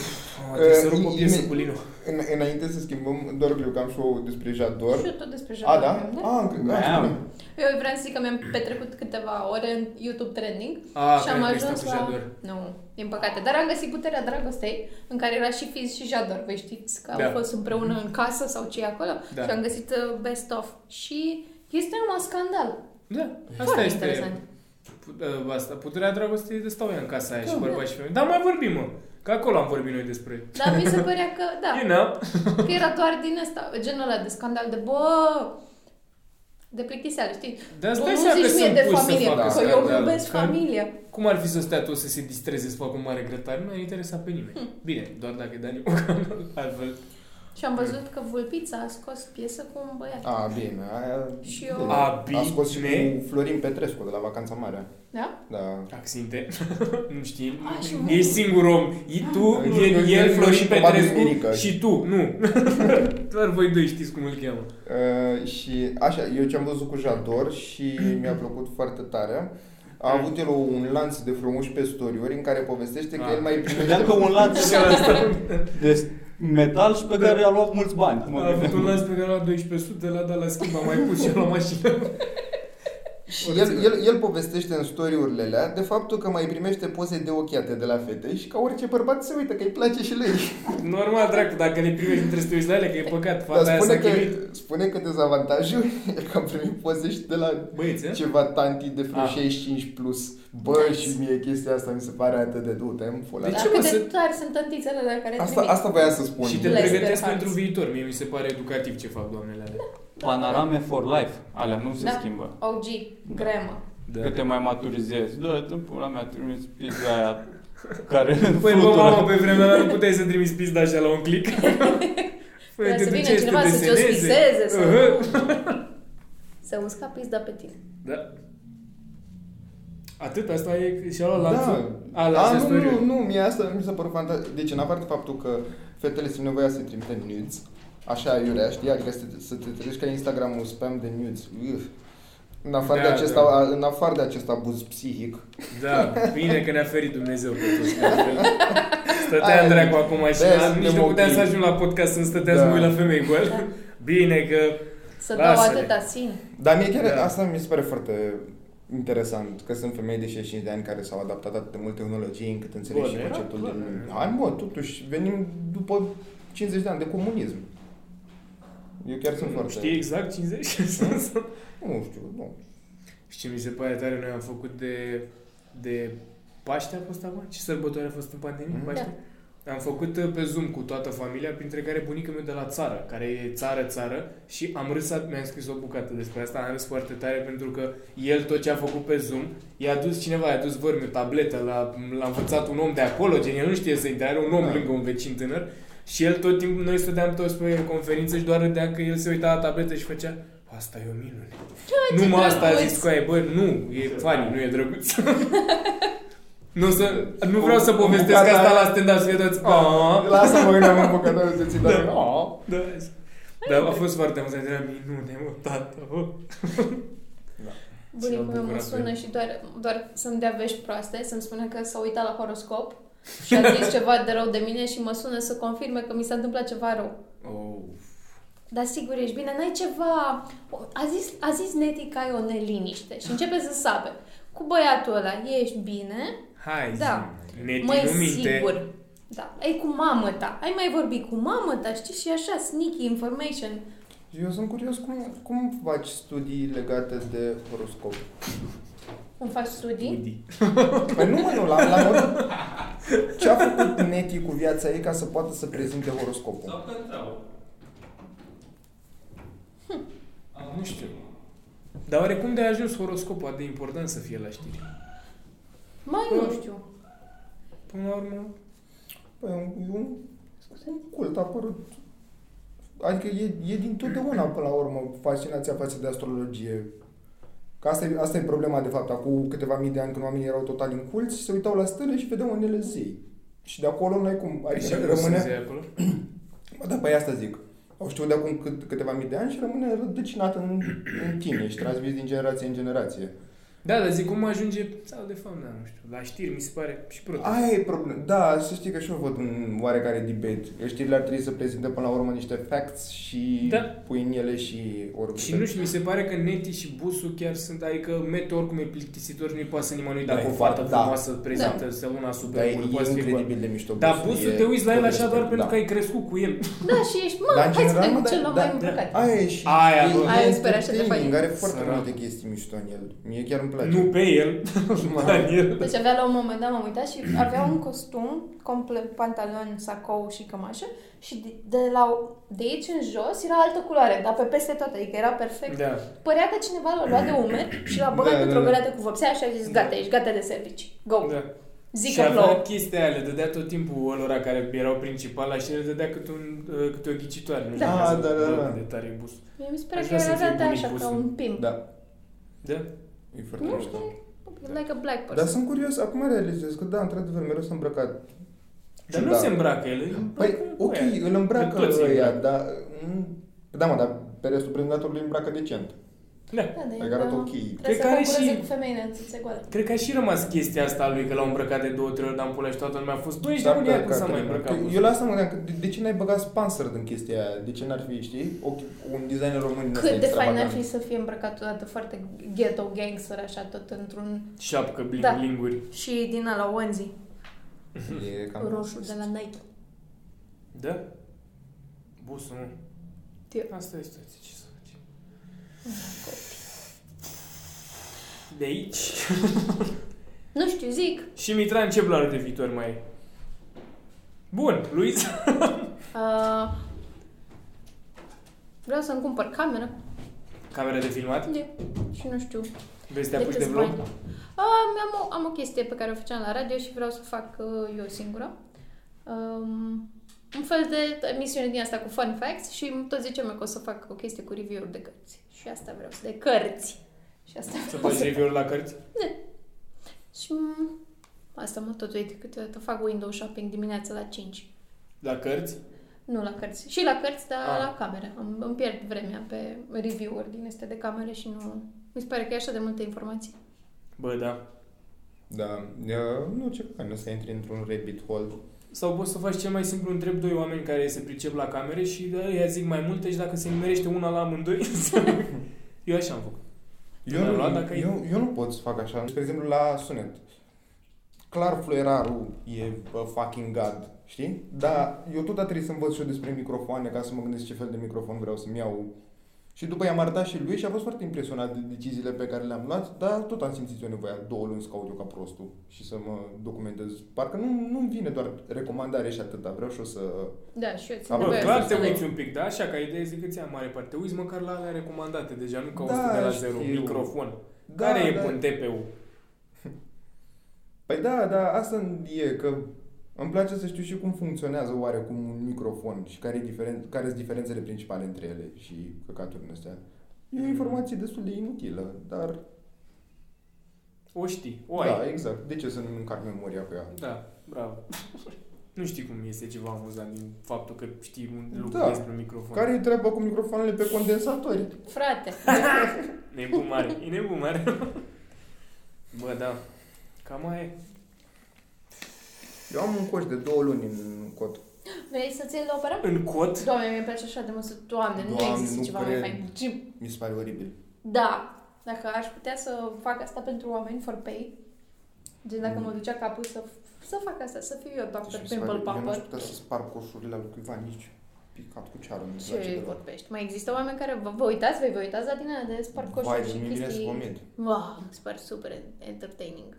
[SPEAKER 3] Mă, trebuie să
[SPEAKER 4] Uh,
[SPEAKER 3] rup o
[SPEAKER 4] e-
[SPEAKER 3] piesă
[SPEAKER 4] e-
[SPEAKER 3] cu Lino.
[SPEAKER 4] În, înainte să schimbăm, doar că eu că am show despre
[SPEAKER 1] Și
[SPEAKER 4] Jador.
[SPEAKER 1] eu tot despre
[SPEAKER 4] A,
[SPEAKER 1] Jador.
[SPEAKER 4] da?
[SPEAKER 1] vorbeam,
[SPEAKER 4] A, încă, da,
[SPEAKER 5] Mai am.
[SPEAKER 4] spune.
[SPEAKER 1] Eu vreau să zic că mi-am petrecut câteva ore în YouTube Trending
[SPEAKER 3] A,
[SPEAKER 1] și
[SPEAKER 3] cred
[SPEAKER 1] am
[SPEAKER 3] că este
[SPEAKER 1] ajuns
[SPEAKER 3] cu
[SPEAKER 1] la...
[SPEAKER 3] Jador.
[SPEAKER 1] Nu, din păcate. Dar am găsit puterea dragostei în care era și Fiz și Jador. Vă știți că
[SPEAKER 3] Da.
[SPEAKER 1] au fost împreună în casă sau ce e acolo?
[SPEAKER 3] Da.
[SPEAKER 1] Și am găsit uh, Best of. Și este numai scandal.
[SPEAKER 3] Da, asta
[SPEAKER 1] Foarte
[SPEAKER 3] este.
[SPEAKER 1] interesant.
[SPEAKER 3] Put- uh, Asta, puterea dragostei de stau eu în casa aia
[SPEAKER 1] Da,
[SPEAKER 3] și
[SPEAKER 1] da.
[SPEAKER 3] bărbați și femei. Dar mai vorbim, mă. Că acolo am vorbit noi despre.
[SPEAKER 1] Dar mi se părea că, da,
[SPEAKER 3] You know?
[SPEAKER 1] Că era doar din asta, genul ăla de scandal de bă, de plictiseală, știi?
[SPEAKER 3] Dar
[SPEAKER 1] Bă,
[SPEAKER 3] asta
[SPEAKER 1] nu
[SPEAKER 3] e seama că
[SPEAKER 1] zici mie
[SPEAKER 3] sunt
[SPEAKER 1] de
[SPEAKER 3] pus să
[SPEAKER 1] familie,
[SPEAKER 3] facă
[SPEAKER 1] că eu
[SPEAKER 3] scandal.
[SPEAKER 1] iubesc
[SPEAKER 3] Că-
[SPEAKER 1] familia.
[SPEAKER 3] Cum ar fi să stea toți să se distreze să facă un mare grătar? Nu a interesat pe nimeni.
[SPEAKER 1] Hm.
[SPEAKER 3] Bine, doar dacă e Dani Mocan, altfel.
[SPEAKER 1] Și am văzut că Vulpița a scos piesă cu un băiat.
[SPEAKER 4] A, bine. Aia,
[SPEAKER 1] Și eu-
[SPEAKER 4] bine.
[SPEAKER 3] A,
[SPEAKER 4] A scos și
[SPEAKER 3] bine.
[SPEAKER 4] cu Florin Petrescu de la Vacanța Mare.
[SPEAKER 1] Da?
[SPEAKER 4] Da.
[SPEAKER 3] Axinte, nu știi,
[SPEAKER 1] A, și
[SPEAKER 3] e singur om, e tu,
[SPEAKER 4] Ah.
[SPEAKER 3] e
[SPEAKER 4] Eu- eu-
[SPEAKER 3] el,
[SPEAKER 4] eu
[SPEAKER 3] Florin
[SPEAKER 4] și probabil
[SPEAKER 3] Petrescu
[SPEAKER 4] Mirica.
[SPEAKER 3] și tu, nu. Doar voi doi știți cum îl cheamă.
[SPEAKER 4] Uh, și așa, eu ce am văzut cu Jador și mi-a plăcut foarte tare. A
[SPEAKER 3] Mm.
[SPEAKER 4] avut el un lanț de frumoși pe story în care povestește că
[SPEAKER 3] Ah.
[SPEAKER 4] el mai
[SPEAKER 5] Vedeam că
[SPEAKER 4] primește...
[SPEAKER 5] un lanț de metal și pe care a luat mulți bani. Mă
[SPEAKER 3] A avut
[SPEAKER 5] gândeam.
[SPEAKER 3] un lanț pe care l-a 1200, l-a dat la schimb, a mai pus și la mașină.
[SPEAKER 4] Și el, el, el povestește în story-urile alea de faptul că mai primește poze de ochiate de la fete și ca orice bărbat se uită că îi place și lui.
[SPEAKER 3] Normal, dracu, dacă le primești, nu trebuie să te uiți la ele, că e păcat. Fata
[SPEAKER 4] Dar
[SPEAKER 3] aia
[SPEAKER 4] spune
[SPEAKER 3] s-a
[SPEAKER 4] că,
[SPEAKER 3] chinuit.
[SPEAKER 4] spune că dezavantajul e că am primit poze și de la
[SPEAKER 3] Băieți, eh?
[SPEAKER 4] ceva tanti de vreo
[SPEAKER 3] Ah.
[SPEAKER 4] 65 plus. Bă, și mie chestia asta mi se pare atât de du-te în pula.
[SPEAKER 3] De
[SPEAKER 4] mea.
[SPEAKER 1] Dar
[SPEAKER 3] ce,
[SPEAKER 1] cât
[SPEAKER 3] mă,
[SPEAKER 1] de
[SPEAKER 3] să-
[SPEAKER 1] tari sunt tăntițele alea care
[SPEAKER 4] Asta,
[SPEAKER 1] trimit.
[SPEAKER 4] asta voiam să spun.
[SPEAKER 3] Și te
[SPEAKER 1] Bless their
[SPEAKER 3] pregătesc
[SPEAKER 1] hearts.
[SPEAKER 3] pentru viitor. Mie mi se pare educativ ce fac doamnele alea.
[SPEAKER 5] Panorame for life. Alea nu se
[SPEAKER 1] Da.
[SPEAKER 5] schimbă.
[SPEAKER 1] OG, gremă.
[SPEAKER 5] Da. Că te mai maturizezi. Da, tu pula mea trimis pizza aia care
[SPEAKER 3] Păi, bă,
[SPEAKER 5] flutură.
[SPEAKER 3] mamă, pe vremea mea nu puteai să trimiți pizda așa la un click.
[SPEAKER 1] Păi, să vină
[SPEAKER 3] duceai
[SPEAKER 1] cineva să ți-o
[SPEAKER 3] deseneze.
[SPEAKER 1] scriseze sau
[SPEAKER 3] Uhă.
[SPEAKER 4] Da.
[SPEAKER 1] Să usca pizda pe tine.
[SPEAKER 3] Da. Atât, asta e și-a luat
[SPEAKER 4] Da.
[SPEAKER 3] lanțul. A, la
[SPEAKER 4] A,
[SPEAKER 3] astea
[SPEAKER 4] nu,
[SPEAKER 3] story-uri.
[SPEAKER 4] nu, nu, mie asta mi se pare fantastic. Deci, în afară de faptul că fetele sunt nevoia să trimite nudes, așa iurea, știi, adică să te, să te trezești ca Instagram-ul spam de nudes. Uf. În afară,
[SPEAKER 3] Da,
[SPEAKER 4] de acest, da.
[SPEAKER 3] da.
[SPEAKER 4] în afară de acest abuz psihic.
[SPEAKER 3] Da, bine că ne-a ferit Dumnezeu pe toți. că altfel
[SPEAKER 4] Aia
[SPEAKER 3] Stăteam
[SPEAKER 4] e.
[SPEAKER 3] dracu acum și
[SPEAKER 4] Best
[SPEAKER 3] am- nici nu puteam
[SPEAKER 4] emotiv.
[SPEAKER 3] să ajung la podcast să nu stăteam să
[SPEAKER 4] Da.
[SPEAKER 3] mă uit la femei gol. Bine că...
[SPEAKER 1] Să dau
[SPEAKER 3] Lasă-le.
[SPEAKER 1] atâta sine.
[SPEAKER 4] Dar mie chiar
[SPEAKER 3] Da.
[SPEAKER 4] da. asta mi se pare foarte interesant, că sunt femei de 65 de ani care s-au adaptat atât de mult tehnologiei încât înțeleg
[SPEAKER 3] Bă,
[SPEAKER 4] și
[SPEAKER 3] nu era
[SPEAKER 4] conceptul
[SPEAKER 3] clar,
[SPEAKER 4] de...
[SPEAKER 3] nu.
[SPEAKER 4] Ani, mă, totuși, venim după 50 de ani de comunism. Eu chiar sunt foarte...
[SPEAKER 3] Știi exact 50?
[SPEAKER 4] Nu știu, nu.
[SPEAKER 3] Și ce mi se pare tare, noi am făcut de, de Paște a fost acum? Ce sărbătoare a fost în pandemie?
[SPEAKER 4] Mhm.
[SPEAKER 3] Paște? Am făcut uh, pe Zoom cu toată familia, printre care bunica mea de la țară, care e țară-țară și am râsat, mi-am scris o bucată despre asta, am râs foarte tare pentru că el tot ce a făcut pe Zoom, i-a dus cineva, i-a dus vărmiu, tabletă, l-a, l-a învățat un om de acolo, gen, el nu știe să intre, are un om
[SPEAKER 4] Da.
[SPEAKER 3] lângă un vecin tânăr și el tot timpul, noi stăteam toți pe conferință și doar râdea că el se uita la tabletă și făcea Asta e o minune. Nu mă asta a
[SPEAKER 1] drăguț!
[SPEAKER 3] zis cu aia, bă, nu, e funny, nu e drăguț. nu, o să, nu vreau să
[SPEAKER 4] Cu-
[SPEAKER 3] povestesc
[SPEAKER 4] bucata
[SPEAKER 3] asta
[SPEAKER 4] aia-
[SPEAKER 3] la stand-up să Ah. fie toți, "Aaa."
[SPEAKER 4] Lasă-mă că ne-am împăcat să ți
[SPEAKER 3] Da.
[SPEAKER 4] dar... Oh.
[SPEAKER 3] Da, da, a fost foarte amuzant, era minune, mă, tată, bă.
[SPEAKER 1] Bunicul meu mă
[SPEAKER 3] bucurat de-
[SPEAKER 1] sună și doar, doar să-mi dea vești proaste, să-mi spună că s-a uitat la horoscop și a zis ceva de rău de mine și mă sună să confirme că mi s-a întâmplat ceva rău.
[SPEAKER 3] Oh.
[SPEAKER 1] Dar sigur ești bine, n-ai ceva... A zis, a zis Neti că ai o neliniște și începe să sape. Cu băiatul ăla, ești bine,
[SPEAKER 3] Hai,
[SPEAKER 1] Da.
[SPEAKER 3] zi, Neti,
[SPEAKER 1] măi,
[SPEAKER 3] nu minte.
[SPEAKER 1] sigur. Da, ai cu mamă ta. Ai mai vorbit cu mamă ta, știi? Și așa, sneaky information.
[SPEAKER 4] Eu sunt curios cum, cum faci studii legate de horoscop.
[SPEAKER 1] Cum faci studii?
[SPEAKER 3] Udi.
[SPEAKER 4] Păi nu, mă, nu, la, la modul... Ce a făcut Neti cu viața ei ca să poată să prezinte horoscopul?
[SPEAKER 2] Sau că întreabă.
[SPEAKER 3] Nu știu. Dar oare cum de a ajuns horoscopul atât de important să fie la știri?
[SPEAKER 1] Mai nu știu.
[SPEAKER 3] Până la urmă,
[SPEAKER 4] Păi e un, e un, un cult apărut. Adică e, e din totdeauna, până la urmă, fascinația față de astrologie. Că asta e, asta e problema, de fapt. Acum câteva mii de ani, când oamenii erau total inculți, se uitau la stele și vedeau unele zei. Și de acolo noi cum?
[SPEAKER 3] așa
[SPEAKER 4] Adică
[SPEAKER 3] cum
[SPEAKER 4] rămâne...
[SPEAKER 3] se zice acolo.
[SPEAKER 4] Bă, da, păi asta zic. Au știut de acum cât, câteva mii de ani și rămâne rădăcinat în, în tine și transmis din generație în generație.
[SPEAKER 3] Da, dar zic cum ajunge, sau de fapt, da, nu știu, la știri mi se pare și protest.
[SPEAKER 4] Aia e problema. Da, să știi că și eu văd un oarecare debate. Că Știrile ar trebui să prezinte până la urmă niște facts și
[SPEAKER 3] Da.
[SPEAKER 4] pui în ele și oricum.
[SPEAKER 3] Și nu știu, mi se pare că Neti și Busu chiar sunt, adică Mete oricum e plictisitor și nu-i pasă nimănui
[SPEAKER 4] Da,
[SPEAKER 3] dacă
[SPEAKER 4] e
[SPEAKER 3] o fată
[SPEAKER 4] foarte- da.
[SPEAKER 3] frumoasă prezintă să una super
[SPEAKER 4] Dar Da, e,
[SPEAKER 3] bună,
[SPEAKER 4] e
[SPEAKER 3] poate să fie
[SPEAKER 4] incredibil de mișto.
[SPEAKER 3] bun. Dar Busu te uiți la el așa doar
[SPEAKER 4] Da.
[SPEAKER 3] pentru că ai crescut cu el.
[SPEAKER 1] Da, și ești, mă,
[SPEAKER 4] Dar, în
[SPEAKER 1] hai să
[SPEAKER 4] general,
[SPEAKER 1] vedem
[SPEAKER 4] mă,
[SPEAKER 1] cu ce
[SPEAKER 4] da-
[SPEAKER 1] l-am
[SPEAKER 4] da-
[SPEAKER 1] mai îmbrăcat.
[SPEAKER 4] Aia e și...
[SPEAKER 3] Aia, bă.
[SPEAKER 1] Aia îmi speră așa de
[SPEAKER 4] entertaining,
[SPEAKER 1] fain.
[SPEAKER 4] Are foarte
[SPEAKER 3] Sărac.
[SPEAKER 4] multe chestii mișto în el. Mie chiar îmi place.
[SPEAKER 3] Nu da. pe el,
[SPEAKER 4] Da.
[SPEAKER 3] Daniel.
[SPEAKER 1] Deci avea la un moment dat, m-am uitat și avea un costum complet, pantaloni, sacou și cămașă și de, de, la, de aici în jos era altă culoare, dar pe peste tot, adică era perfect.
[SPEAKER 3] Da.
[SPEAKER 1] Părea că cineva l-a luat de umeri și l-a băgat
[SPEAKER 4] Da, da,
[SPEAKER 1] într-o
[SPEAKER 4] da.
[SPEAKER 1] găleată cu vopsea și a zis,
[SPEAKER 3] Da.
[SPEAKER 1] gata, ești gata de servici, go,
[SPEAKER 3] da.
[SPEAKER 1] zic
[SPEAKER 3] și
[SPEAKER 1] că
[SPEAKER 3] avea
[SPEAKER 1] plouă.
[SPEAKER 3] chestia aia, le dădea tot timpul ălora care erau principala și le dădea câte, un, uh, câte o ghicitoare. Nu
[SPEAKER 4] Da.
[SPEAKER 3] știu
[SPEAKER 4] Ah,
[SPEAKER 3] să-
[SPEAKER 4] da, da,
[SPEAKER 3] bă,
[SPEAKER 4] da.
[SPEAKER 3] cât de tare e Busu.
[SPEAKER 1] Mie mi se pare
[SPEAKER 3] Aș
[SPEAKER 1] că
[SPEAKER 3] vrea
[SPEAKER 1] era
[SPEAKER 3] să fiu
[SPEAKER 1] arată
[SPEAKER 3] bunic
[SPEAKER 1] așa, ca
[SPEAKER 3] busul.
[SPEAKER 1] un pimp.
[SPEAKER 4] Da,
[SPEAKER 3] Da?
[SPEAKER 4] e foarte
[SPEAKER 1] Nu
[SPEAKER 4] mișto.
[SPEAKER 1] știu, like a black
[SPEAKER 4] Dar
[SPEAKER 1] person.
[SPEAKER 4] sunt curios, acum realizez că da, într-adevăr, mereu sunt îmbrăcat.
[SPEAKER 3] Dar nu
[SPEAKER 4] Da.
[SPEAKER 3] se îmbracă el. îi
[SPEAKER 4] Păi,
[SPEAKER 3] îmbracă cu
[SPEAKER 4] ok,
[SPEAKER 3] aia.
[SPEAKER 4] îl îmbracă
[SPEAKER 3] Că toți îi
[SPEAKER 4] ăia,
[SPEAKER 3] îmbracă.
[SPEAKER 4] dar... mm, Da, mă, dar pe restul prezentatului îl îmbracă decent.
[SPEAKER 3] Da.
[SPEAKER 1] Da, da,
[SPEAKER 4] Adică arată
[SPEAKER 1] da.
[SPEAKER 4] ok.
[SPEAKER 1] Trebuie
[SPEAKER 3] Cred
[SPEAKER 1] să
[SPEAKER 3] că are
[SPEAKER 1] concureze
[SPEAKER 3] și-
[SPEAKER 1] cu femeile în țâțe goale.
[SPEAKER 3] Cred că a și rămas chestia asta a lui că l-au îmbrăcat de două, trei ori, dar în pula și toată lumea a fost Băi, ești
[SPEAKER 4] Dar
[SPEAKER 3] nebun,
[SPEAKER 4] da,
[SPEAKER 3] ia cum s-a mai
[SPEAKER 4] Caterina,
[SPEAKER 3] îmbrăcat
[SPEAKER 4] că
[SPEAKER 3] Busu."
[SPEAKER 4] Eu la asta mă gândeam, că de, de ce n-ai băgat sponsor din chestia aia? De ce n-ar fi, știi? O, un designer român din ăsta
[SPEAKER 1] Cât de fain ar
[SPEAKER 4] extravagant.
[SPEAKER 1] fi să fie îmbrăcat odată foarte ghetto gangster, așa, tot într-un...
[SPEAKER 3] Șapcă, bling,
[SPEAKER 1] Da.
[SPEAKER 3] blinguri.
[SPEAKER 1] Și din ala onesie,
[SPEAKER 4] E cam...
[SPEAKER 1] roșu de la Nike.
[SPEAKER 3] Da? Busul, nu.
[SPEAKER 1] Te-
[SPEAKER 3] Asta este, ce să faci?
[SPEAKER 1] Mm,
[SPEAKER 3] De aici.
[SPEAKER 1] Nu știu, zic.
[SPEAKER 3] Și Mitran, ce planuri de viitor mai ai? Bun, Luis.
[SPEAKER 1] Uh, vreau să-mi cumpăr cameră.
[SPEAKER 3] Camera de filmat?
[SPEAKER 1] De, și nu știu.
[SPEAKER 3] Vrei să te apuci de
[SPEAKER 1] câți bani.
[SPEAKER 3] vlog?
[SPEAKER 1] Uh, am, o, am o chestie pe care o făceam la radio și vreau să o fac uh, eu singură. Um, un fel de emisiune din asta cu fun facts și tot ziceam eu că o să fac o chestie cu review-uri de cărți. Și asta vreau să... De cărți. Și asta
[SPEAKER 3] Să
[SPEAKER 1] vreau
[SPEAKER 3] faci review la cărți?
[SPEAKER 1] Și mm, asta mă tot uit câteodată fac window shopping dimineața la 5.
[SPEAKER 3] La cărți?
[SPEAKER 1] Nu la cărți. Și la cărți, dar
[SPEAKER 3] Ah.
[SPEAKER 1] ah. la camere. Îmi, îmi pierd vremea pe review-uri din este de camere și nu... Mi se pare că e așa de multe informații.
[SPEAKER 3] Bă, da.
[SPEAKER 4] Da, uh, nu ce că nu să intri într-un rabbit hole.
[SPEAKER 3] Sau poți să faci cel mai simplu, întreb doi oameni care se pricep la camere și da, ea zic mai multe și dacă se nimerește una la amândoi, înseamnă că- eu așa am făcut. Tu
[SPEAKER 4] Eu
[SPEAKER 3] mi-ai
[SPEAKER 4] nu,
[SPEAKER 3] luat dacă e-
[SPEAKER 4] eu, eu nu pot să fac așa. Spre exemplu, la sunet. Clar, fluierarul e bă, fucking god, știi? Dar eu tot a trebuit să învăț și eu despre microfoane ca să mă gândesc ce fel de microfon vreau să-mi iau. Și după i-am arătat și lui și a fost foarte impresionat de deciziile pe care le-am luat, dar tot am simțit eu nevoia două luni să caut eu ca prostul și să mă documentez. Parcă nu, nu-mi vine doar recomandare și atâta, vreau și eu să...
[SPEAKER 1] Da, și eu țin
[SPEAKER 4] Ah,
[SPEAKER 3] Bă,
[SPEAKER 1] nevoie
[SPEAKER 3] clar
[SPEAKER 1] să
[SPEAKER 3] te
[SPEAKER 1] le-
[SPEAKER 3] uiți un pic, da? Așa ca idee zic că ți-am mare parte. Te uiți măcar la alea recomandate, deja nu ca
[SPEAKER 4] Da,
[SPEAKER 3] 100 de la zero.
[SPEAKER 4] știu. Da,
[SPEAKER 3] Microfon. Care e bun TPU?
[SPEAKER 4] Păi da, dar asta e că îmi place să știu și cum funcționează oarecum un microfon și care, e diferen- care sunt diferențele principale între ele și căcaturile astea. E o informație destul de inutilă, dar
[SPEAKER 3] O știi, o
[SPEAKER 4] Oai.
[SPEAKER 3] ai.
[SPEAKER 4] da, exact. De ce să nu încarc memoria cu ea?
[SPEAKER 3] Da, bravo. nu știi cum este ceva amuzant din faptul că știi un lucru
[SPEAKER 4] Da.
[SPEAKER 3] despre un microfon.
[SPEAKER 4] Care e treaba cu microfoanele pe condensatori?
[SPEAKER 1] Frate!
[SPEAKER 3] Nebun mare, e nebun mare. Bă, da. Cam aia e.
[SPEAKER 4] Eu am un coș de două luni în cot.
[SPEAKER 1] Vrei să ți la opera?
[SPEAKER 3] În cot?
[SPEAKER 1] Doamne, mi-e place așa de mult să... Doamne, nu
[SPEAKER 4] Doamne,
[SPEAKER 1] există
[SPEAKER 4] nu
[SPEAKER 1] ceva mai
[SPEAKER 4] cred.
[SPEAKER 1] fain. Ci-
[SPEAKER 4] Mi se pare oribil.
[SPEAKER 1] Da, dacă aș putea să fac asta pentru oameni, for pay, gen dacă
[SPEAKER 4] Mm.
[SPEAKER 1] mă ducea capul să, să fac asta, să fiu eu
[SPEAKER 4] Deci
[SPEAKER 1] Dr.
[SPEAKER 4] mi se pare-
[SPEAKER 1] Pimple
[SPEAKER 4] Eu n-aș
[SPEAKER 1] Popper.
[SPEAKER 4] putea să sparg coșurile al cuiva nici picat cu ceară. Nu-mi place
[SPEAKER 1] Ce
[SPEAKER 4] deloc.
[SPEAKER 1] vorbești? Mai există oameni care vă, vă uitați, voi vă uitați la tine de
[SPEAKER 4] Vai,
[SPEAKER 1] sparcoșuri
[SPEAKER 4] de
[SPEAKER 1] și
[SPEAKER 4] mine să
[SPEAKER 1] chestii.
[SPEAKER 4] vomit.
[SPEAKER 1] Wow, mi se pare super entertaining.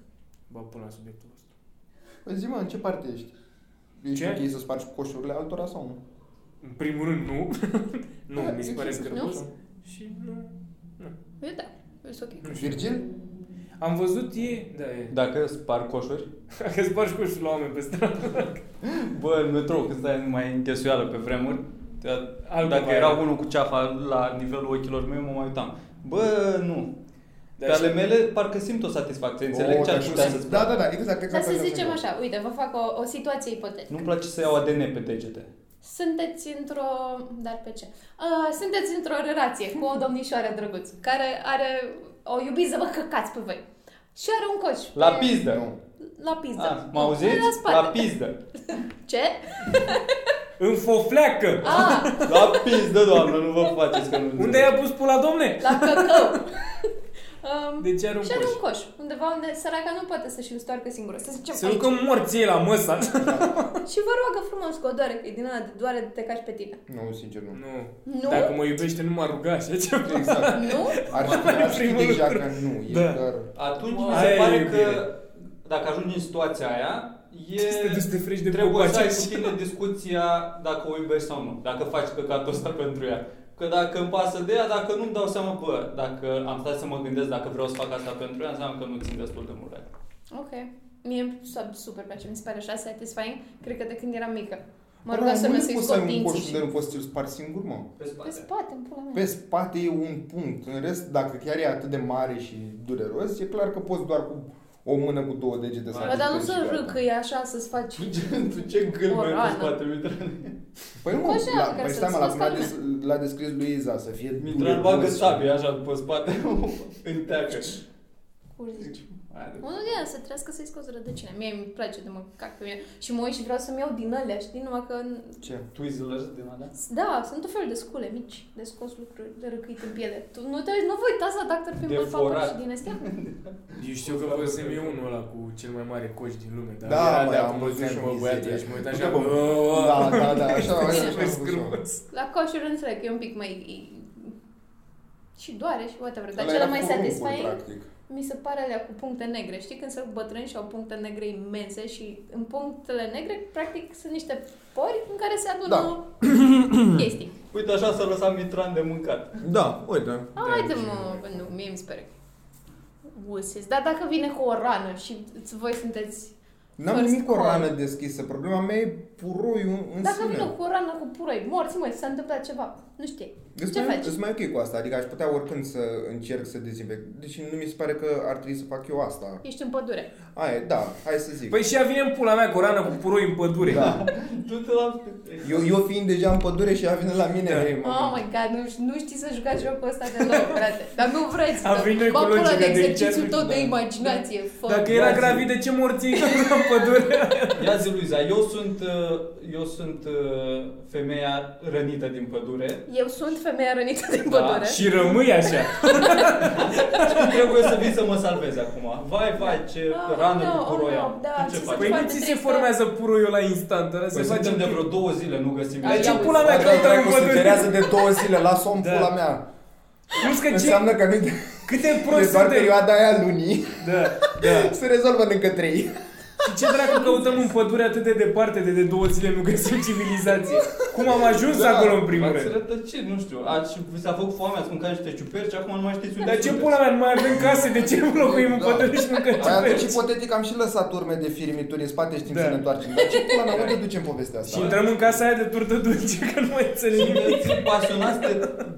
[SPEAKER 3] Bă, până la subiectul ăsta.
[SPEAKER 4] Păi zi mă, în ce parte ești? Ești
[SPEAKER 3] Ce?
[SPEAKER 4] ok să spargi coșurile altora sau nu?
[SPEAKER 3] În primul rând, nu. nu,
[SPEAKER 4] Da,
[SPEAKER 3] mi se pare
[SPEAKER 4] există
[SPEAKER 3] scârbos.
[SPEAKER 4] soluție.
[SPEAKER 3] Și nu.
[SPEAKER 1] Eu da, eu sunt ok.
[SPEAKER 4] Virgil?
[SPEAKER 3] Am văzut e... Da, e.
[SPEAKER 5] Dacă spar coșuri,
[SPEAKER 3] Dacă spargi coșul la oameni pe stradă.
[SPEAKER 5] bă, în metrou, când stai numai în ghesuială pe vremuri, te-
[SPEAKER 3] Altceva
[SPEAKER 5] dacă
[SPEAKER 3] era.
[SPEAKER 5] era unul cu ceafa la nivelul ochilor mei, mă mai uitam. Bă, nu. Pe ale mele parcă simt o satisfacție, înțeleg ce
[SPEAKER 4] dar
[SPEAKER 5] aș
[SPEAKER 4] tu
[SPEAKER 5] putea
[SPEAKER 4] simți-
[SPEAKER 5] să-ți
[SPEAKER 4] Da,
[SPEAKER 5] placă.
[SPEAKER 4] da, da, exact,
[SPEAKER 1] Dar
[SPEAKER 4] exact.
[SPEAKER 1] să
[SPEAKER 4] așa
[SPEAKER 1] zicem
[SPEAKER 4] ceva.
[SPEAKER 1] așa, uite, vă fac o, o situație ipotetică.
[SPEAKER 5] Nu-mi place să iau ADN pe degete.
[SPEAKER 1] Sunteți într-o... Dar pe ce? Uh, sunteți într-o relație cu o domnișoară drăguță care are... O iubiți să vă căcați pe voi. Și are un coș.
[SPEAKER 5] La
[SPEAKER 1] pe-
[SPEAKER 5] pizdă!
[SPEAKER 4] Nu.
[SPEAKER 1] La pizdă.
[SPEAKER 5] Ah, mă
[SPEAKER 1] La
[SPEAKER 5] auziți?
[SPEAKER 1] spate.
[SPEAKER 5] La pizdă!
[SPEAKER 1] Ce?
[SPEAKER 3] În fofleacă!
[SPEAKER 1] Ah,
[SPEAKER 5] La pizdă, doamnă, nu vă faceți că nu
[SPEAKER 3] Unde
[SPEAKER 5] înțeleg.
[SPEAKER 3] i-a pus pula, domne?
[SPEAKER 1] la căcău. um,
[SPEAKER 3] De ce Deci are un
[SPEAKER 1] și are
[SPEAKER 3] coș?
[SPEAKER 1] un coș. Undeva unde săraca nu poate să-și îl stoarcă singură. Să zicem
[SPEAKER 3] Se
[SPEAKER 1] aici.
[SPEAKER 3] ducă morții la măsa.
[SPEAKER 1] Și vă roagă frumos că o doare, că e din ăla de doare de te caci pe tine.
[SPEAKER 4] Nu, sincer, nu.
[SPEAKER 3] Nu.
[SPEAKER 1] Nu?
[SPEAKER 3] Dacă mă iubește, nu m-ar ruga așa ceva.
[SPEAKER 4] Exact.
[SPEAKER 1] Nu?
[SPEAKER 4] Ar ști, ar ști
[SPEAKER 3] Primul
[SPEAKER 4] deja că nu, e
[SPEAKER 3] Da.
[SPEAKER 4] doar...
[SPEAKER 5] Atunci
[SPEAKER 3] Wow.
[SPEAKER 5] mi
[SPEAKER 3] Aia
[SPEAKER 5] se
[SPEAKER 3] e
[SPEAKER 5] pare
[SPEAKER 3] iubire.
[SPEAKER 5] că dacă ajungi în situația aia, e...
[SPEAKER 3] Ce să te duci să te freci de
[SPEAKER 5] Trebuie să ai
[SPEAKER 3] popaci?
[SPEAKER 5] cu tine discuția dacă o iubești sau nu, dacă faci căcatul ăsta pentru ea. Că dacă îmi pasă de ea, dacă nu-mi dau seama, bă, dacă am stat să mă gândesc dacă vreau să fac asta pentru ea, înseamnă că nu țin destul de mult la ea.
[SPEAKER 1] Ok. Mie îmi sub- super place, mi se pare așa satisfying. Cred că de când eram mică. Mă
[SPEAKER 4] Bă,
[SPEAKER 1] rugam să
[SPEAKER 4] nu
[SPEAKER 1] mă să-i
[SPEAKER 4] poți să ai
[SPEAKER 1] scot
[SPEAKER 4] un
[SPEAKER 1] dinții
[SPEAKER 4] coș
[SPEAKER 1] și...
[SPEAKER 4] unde nu poți să-l spari singur, mă.
[SPEAKER 5] Pe
[SPEAKER 1] Pe
[SPEAKER 5] spate.
[SPEAKER 1] spate, în pula mea.
[SPEAKER 4] Pe spate e un punct. În rest, dacă chiar e atât de mare și dureros, e clar că poți doar cu o mână cu două degete
[SPEAKER 5] Bă,
[SPEAKER 4] să
[SPEAKER 1] Bă,
[SPEAKER 4] atingi
[SPEAKER 1] dar nu
[SPEAKER 4] pe
[SPEAKER 1] să
[SPEAKER 4] adică și
[SPEAKER 1] râd
[SPEAKER 4] gata.
[SPEAKER 1] că e așa să-ți faci...
[SPEAKER 5] Tu ce, tu ce
[SPEAKER 1] O
[SPEAKER 5] gâlbă ai pe
[SPEAKER 1] rană.
[SPEAKER 5] spate, Mitran?
[SPEAKER 4] Păi nu,
[SPEAKER 1] Coșul ăla
[SPEAKER 4] la,
[SPEAKER 1] care
[SPEAKER 4] păi
[SPEAKER 1] să-l
[SPEAKER 4] stai mă, la
[SPEAKER 1] scoți
[SPEAKER 4] cum l-a,
[SPEAKER 1] pe
[SPEAKER 4] des, l-a descris lui Iza, să fie
[SPEAKER 5] Mitran
[SPEAKER 4] dureros.
[SPEAKER 5] bagă sabia așa pe spate, în teacă.
[SPEAKER 1] Curzi.
[SPEAKER 5] Hai de-
[SPEAKER 1] Unul din ăla să trească să-i scoți rădăcina. Mie îmi place de mă cac pe mine. Și mă uit și vreau să-mi iau din alea, știi? Numai că...
[SPEAKER 4] Ce?
[SPEAKER 5] Twizzlers din alea?
[SPEAKER 1] Da, sunt tot felul de scule mici, de scos lucruri, de răcâit în piele. Tu nu te uiți, nu vă uitați la Dr. Pimple Popper
[SPEAKER 5] forat.
[SPEAKER 1] și din astea?
[SPEAKER 3] Eu știu că vă sem eu unul ăla cu cel mai mare coș din lume, dar
[SPEAKER 4] Da,
[SPEAKER 3] era
[SPEAKER 4] bă,
[SPEAKER 3] de
[SPEAKER 4] am
[SPEAKER 3] acum
[SPEAKER 4] văzut
[SPEAKER 3] mulți
[SPEAKER 4] și
[SPEAKER 3] ani,
[SPEAKER 4] o
[SPEAKER 3] bă, băiatul,
[SPEAKER 4] mizerie.
[SPEAKER 3] și mă
[SPEAKER 4] Uite,
[SPEAKER 3] uitam așa,
[SPEAKER 4] bă, Da,
[SPEAKER 3] bă,
[SPEAKER 4] da, da, așa, așa,
[SPEAKER 3] super
[SPEAKER 4] așa, am văzut și eu.
[SPEAKER 3] scârbos.
[SPEAKER 1] La coșuri înțeleg, că e un pic mai... Și doare și whatever. Dar
[SPEAKER 4] Ăla
[SPEAKER 1] cel
[SPEAKER 4] era
[SPEAKER 1] mai
[SPEAKER 4] porumbul,
[SPEAKER 1] satisfying
[SPEAKER 4] practic.
[SPEAKER 1] mi se pare alea cu puncte negre. Știi când sunt bătrâni și au puncte negre imense și în punctele negre, practic, sunt niște pori în care se adună chestii.
[SPEAKER 5] Uite așa s-a lăsat Mitran de mâncat.
[SPEAKER 4] Da, uite.
[SPEAKER 1] Ah, haide mă, bă, nu, mie mi se pare usis. Dar dacă vine cu o rană și ți- voi sunteți
[SPEAKER 4] N-am
[SPEAKER 1] First
[SPEAKER 4] nimic cu o
[SPEAKER 1] call.
[SPEAKER 4] rană deschisă. Problema mea e puroiul în
[SPEAKER 1] Dacă
[SPEAKER 4] sine.
[SPEAKER 1] vină cu o rană cu puroi, morți, măi, s-a întâmplat ceva. Nu știu.
[SPEAKER 4] Îți
[SPEAKER 1] Ce
[SPEAKER 4] mai,
[SPEAKER 1] faci?
[SPEAKER 4] Îți mai ok cu asta, adică aș putea oricând să încerc să dezinfect. Deci nu mi se pare că ar trebui să fac eu asta.
[SPEAKER 1] Ești în pădure.
[SPEAKER 4] Aia, e, da, hai să zic.
[SPEAKER 3] Păi și ea vine în pula mea cu o rană cu puroi în pădure.
[SPEAKER 4] da.
[SPEAKER 5] Du-te la...
[SPEAKER 4] eu, eu fiind deja în pădure și ea vine la mine.
[SPEAKER 3] Da.
[SPEAKER 4] Hei, mamă.
[SPEAKER 1] Oh my god, nu, ș- nu știi să jucați jocul ăsta deloc, frate. Dar nu vreți.
[SPEAKER 3] Am
[SPEAKER 1] că-
[SPEAKER 3] venit noi
[SPEAKER 1] Bă,
[SPEAKER 3] cu
[SPEAKER 1] pula
[SPEAKER 3] logica
[SPEAKER 1] de
[SPEAKER 3] de
[SPEAKER 1] exercițiul
[SPEAKER 3] încerc,
[SPEAKER 1] tot de
[SPEAKER 3] da.
[SPEAKER 1] imaginație. Fă.
[SPEAKER 3] Dacă era
[SPEAKER 5] Ia zi.
[SPEAKER 3] gravidă, ce morții în pădure?
[SPEAKER 5] Ia zi, Luiza, eu sunt, uh, eu sunt uh, femeia rănită din pădure.
[SPEAKER 1] Eu sunt femeia rănită din
[SPEAKER 5] Da,
[SPEAKER 1] pădure.
[SPEAKER 3] și rămâi așa.
[SPEAKER 5] Tu trebuie să vii să mă salvezi acum. Vai, vai, ce
[SPEAKER 1] Ah,
[SPEAKER 5] rană
[SPEAKER 1] no,
[SPEAKER 5] cu puroi
[SPEAKER 1] oh, no,
[SPEAKER 5] am.
[SPEAKER 1] da,
[SPEAKER 5] tu ce
[SPEAKER 1] ce
[SPEAKER 5] faci?
[SPEAKER 3] Păi
[SPEAKER 1] faci?
[SPEAKER 5] Păi,
[SPEAKER 3] nu
[SPEAKER 1] Foarte
[SPEAKER 3] ți se
[SPEAKER 1] tristă.
[SPEAKER 3] formează puroiul la instant,
[SPEAKER 4] Păi
[SPEAKER 3] ăla se face
[SPEAKER 5] suntem de
[SPEAKER 3] în
[SPEAKER 5] vreo două zile, nu găsim
[SPEAKER 1] Da,
[SPEAKER 5] nimic.
[SPEAKER 3] ce
[SPEAKER 1] Ia
[SPEAKER 3] pula mea
[SPEAKER 4] Dacă
[SPEAKER 3] că
[SPEAKER 4] ai
[SPEAKER 3] dracu
[SPEAKER 4] dracu
[SPEAKER 3] în
[SPEAKER 4] se
[SPEAKER 3] pădure?
[SPEAKER 4] cerează de două zile, las-o în
[SPEAKER 3] Da.
[SPEAKER 4] pula mea.
[SPEAKER 3] Nu că ce,
[SPEAKER 4] Înseamnă că nu
[SPEAKER 3] câte proști
[SPEAKER 4] Deci doar
[SPEAKER 3] suntem.
[SPEAKER 4] perioada aia lunii
[SPEAKER 3] Da, da.
[SPEAKER 4] se rezolvă în încă trei.
[SPEAKER 3] Și ce dracu căutăm în pădure atât de departe de de două zile nu găsim civilizație? Cum am ajuns
[SPEAKER 4] Da,
[SPEAKER 3] acolo în primul
[SPEAKER 5] V-ați
[SPEAKER 3] rând?
[SPEAKER 5] rătăcit, nu știu. Ați, vi s-a făcut foame, ați mâncat niște ciuperci, acum nu mai știți unde
[SPEAKER 3] Dar ce
[SPEAKER 5] sunteți.
[SPEAKER 3] pula mea, nu mai avem case, de ce nu locuim în
[SPEAKER 4] Da.
[SPEAKER 3] pădure și mâncăm
[SPEAKER 4] Mai atunci,
[SPEAKER 3] ciuperci?
[SPEAKER 4] ipotetic, am și lăsat urme de firmituri în spate, știm
[SPEAKER 3] Da.
[SPEAKER 4] să ne întoarcem. Dar ce pula mea, unde ducem povestea
[SPEAKER 3] Și
[SPEAKER 4] asta?
[SPEAKER 3] intrăm în casa aia de turtă dulce, că nu mai înțeleg nimic.
[SPEAKER 5] Sunteți pasionați de,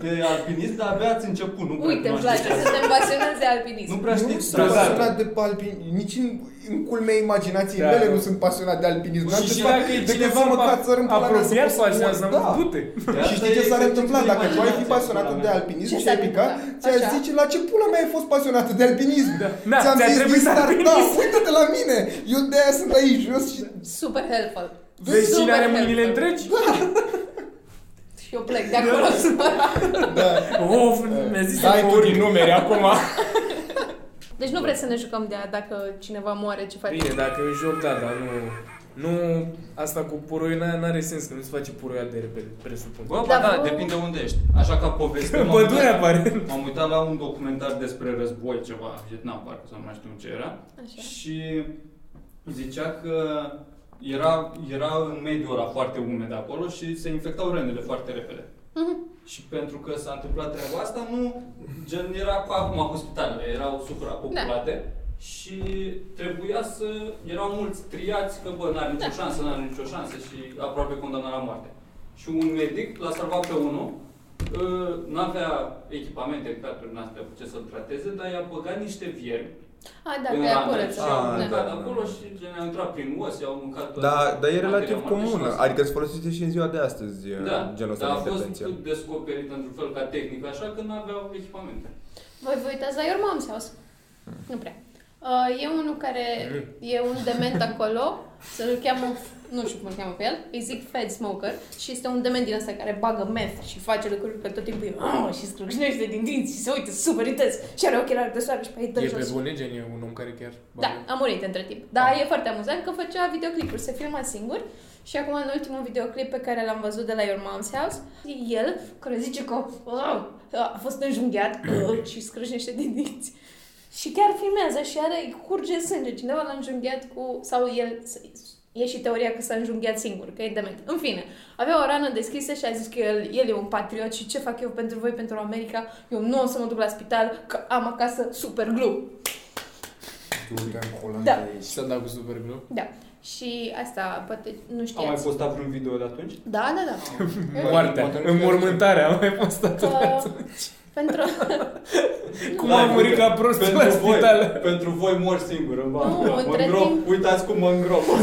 [SPEAKER 5] de alpinism, dar abia ați început, nu prea
[SPEAKER 1] Uite, îmi
[SPEAKER 5] cunoașteți
[SPEAKER 1] place
[SPEAKER 5] asta.
[SPEAKER 1] să te pasionați de
[SPEAKER 5] Nu
[SPEAKER 1] alpinism.
[SPEAKER 5] prea
[SPEAKER 4] Nu
[SPEAKER 5] știți
[SPEAKER 4] sunt
[SPEAKER 3] da, da.
[SPEAKER 4] pasionat de alpin, nici în, în culmea imaginației
[SPEAKER 3] Da,
[SPEAKER 4] mele
[SPEAKER 3] nu.
[SPEAKER 4] nu sunt pasionat de alpinism. N-am
[SPEAKER 3] Și, și
[SPEAKER 4] putut-
[SPEAKER 3] dacă e
[SPEAKER 4] de
[SPEAKER 3] cineva
[SPEAKER 4] câțiva măcar țărâm pula mea să
[SPEAKER 3] apropiat
[SPEAKER 4] pot să
[SPEAKER 3] faci
[SPEAKER 4] mor.
[SPEAKER 3] asta,
[SPEAKER 4] Da.
[SPEAKER 3] mă, du-te.
[SPEAKER 5] De
[SPEAKER 4] Și
[SPEAKER 5] asta
[SPEAKER 4] știi ce
[SPEAKER 5] e
[SPEAKER 4] s-ar întâmpla
[SPEAKER 5] efectiv
[SPEAKER 4] dacă tu ai fi
[SPEAKER 5] imaginația,
[SPEAKER 4] pasionat
[SPEAKER 5] pula
[SPEAKER 4] de
[SPEAKER 5] mea.
[SPEAKER 4] alpinism
[SPEAKER 1] Ce
[SPEAKER 4] și ai
[SPEAKER 1] s-ar
[SPEAKER 4] picat,
[SPEAKER 1] întâmpla?
[SPEAKER 4] ți-aș
[SPEAKER 1] Așa.
[SPEAKER 4] zice la ce pula mea ai fost pasionată de alpinism?
[SPEAKER 3] Na, ți-a
[SPEAKER 4] zis
[SPEAKER 3] Da. trebuit
[SPEAKER 4] din
[SPEAKER 3] să
[SPEAKER 4] start,
[SPEAKER 3] alpinism.
[SPEAKER 4] Da, uite-te la mine! Eu de aia sunt aici jos și...
[SPEAKER 1] Super helpful.
[SPEAKER 3] Vecina are
[SPEAKER 1] Super
[SPEAKER 3] mâinile
[SPEAKER 1] helpful.
[SPEAKER 3] întregi?
[SPEAKER 4] Da.
[SPEAKER 1] Și eu plec de acolo supărat.
[SPEAKER 4] Da.
[SPEAKER 3] Of, mi-a zis să
[SPEAKER 4] Dai
[SPEAKER 3] mă
[SPEAKER 4] tu
[SPEAKER 3] urc.
[SPEAKER 4] din numere acum.
[SPEAKER 1] Deci nu vreți să ne jucăm de a dacă cineva moare, ce faci?
[SPEAKER 3] Bine, dacă e joc, da, dar nu... Nu, asta cu puroi n- n-are sens, că nu se face puroia de repede, presupun.
[SPEAKER 5] Bă,
[SPEAKER 1] Dar
[SPEAKER 5] ba, da,
[SPEAKER 1] vă-
[SPEAKER 5] depinde unde ești. Așa ca poveste.
[SPEAKER 3] În
[SPEAKER 5] m-am uitat-
[SPEAKER 3] pădure apare.
[SPEAKER 5] M-am uitat la un documentar despre război, ceva, Vietnam, parcă sau nu mai știu ce era.
[SPEAKER 1] Așa.
[SPEAKER 5] Și zicea că era, era în mediul ăla foarte umed acolo și se infectau rănile foarte repede. Și pentru că s-a întâmplat treaba asta, nu, gen, era ca acum cu spitalele, erau suprapopulate și trebuia să, erau mulți triați că, bă, n-are nicio șansă, n-are nicio șansă și aproape condamnat la moarte. Și un medic l-a salvat pe unul, ă, n-avea echipamente, caturi, n-avea ce să-l trateze, dar i-a băgat niște viermi
[SPEAKER 1] Hai, da, că
[SPEAKER 5] în
[SPEAKER 1] e
[SPEAKER 5] rană
[SPEAKER 1] acolo.
[SPEAKER 5] și au
[SPEAKER 4] Ah,
[SPEAKER 5] mâncat
[SPEAKER 4] da, da,
[SPEAKER 5] acolo
[SPEAKER 4] da.
[SPEAKER 5] și gen, a intrat prin os, i-au mâncat toată
[SPEAKER 4] Da, dar e relativ
[SPEAKER 5] materia moartă și
[SPEAKER 4] comună,
[SPEAKER 5] os.
[SPEAKER 4] adică se folosește și în ziua de astăzi
[SPEAKER 5] Da,
[SPEAKER 4] genul ăsta
[SPEAKER 5] dar
[SPEAKER 4] de
[SPEAKER 5] a fost
[SPEAKER 4] intervenție.
[SPEAKER 5] descoperit într-un fel ca tehnic, așa că nu aveau echipamente.
[SPEAKER 1] Voi vă uitați la Your Mom's House?
[SPEAKER 3] Hmm.
[SPEAKER 1] Nu prea. Uh, e unul care e un dement acolo, să-l cheamă, nu știu cum îl cheamă pe el, îi zic Fed Smoker și este un dement din ăsta care bagă meth și face lucruri pe tot timpul e, "Ah", și scrâșnește din dinți și se uită super intens și are ochelari de soare și pe ei dă
[SPEAKER 3] E
[SPEAKER 1] jos.
[SPEAKER 3] pe bune gen, e un om care chiar...
[SPEAKER 1] Da, a murit între timp. Dar e foarte amuzant că făcea videoclipuri, se filma singur. Și acum în ultimul videoclip pe care l-am văzut de la Your Mom's House, e el care zice că "Wow, a fost înjunghiat uh, și scrâșnește din dinți. Și chiar filmează și are, îi curge sânge. Cineva l-a înjunghiat cu... Sau el... E și teoria că s-a înjunghiat singur, că e dement. În fine, avea o rană deschisă și a zis că el, el e un patriot și ce fac eu pentru voi, pentru America? Eu nu o să mă duc la spital, că am acasă super glue. Da.
[SPEAKER 3] Și s-a dat cu super glue.
[SPEAKER 1] Da. Și asta, poate, nu
[SPEAKER 5] Am mai
[SPEAKER 1] știați.
[SPEAKER 5] postat vreun video de atunci?
[SPEAKER 1] Da, da, da.
[SPEAKER 3] Moartea,
[SPEAKER 4] Poate nu știu.
[SPEAKER 3] înmormântarea, am mai postat
[SPEAKER 1] Că, pentru... Da.
[SPEAKER 3] Cum a murit ca prostul la spital.
[SPEAKER 5] Da, Voi, pentru voi mor singur în
[SPEAKER 1] Nu,
[SPEAKER 5] bancă. mă
[SPEAKER 1] între
[SPEAKER 5] îngrop.
[SPEAKER 1] timp-
[SPEAKER 5] Uitați cum mă îngrop.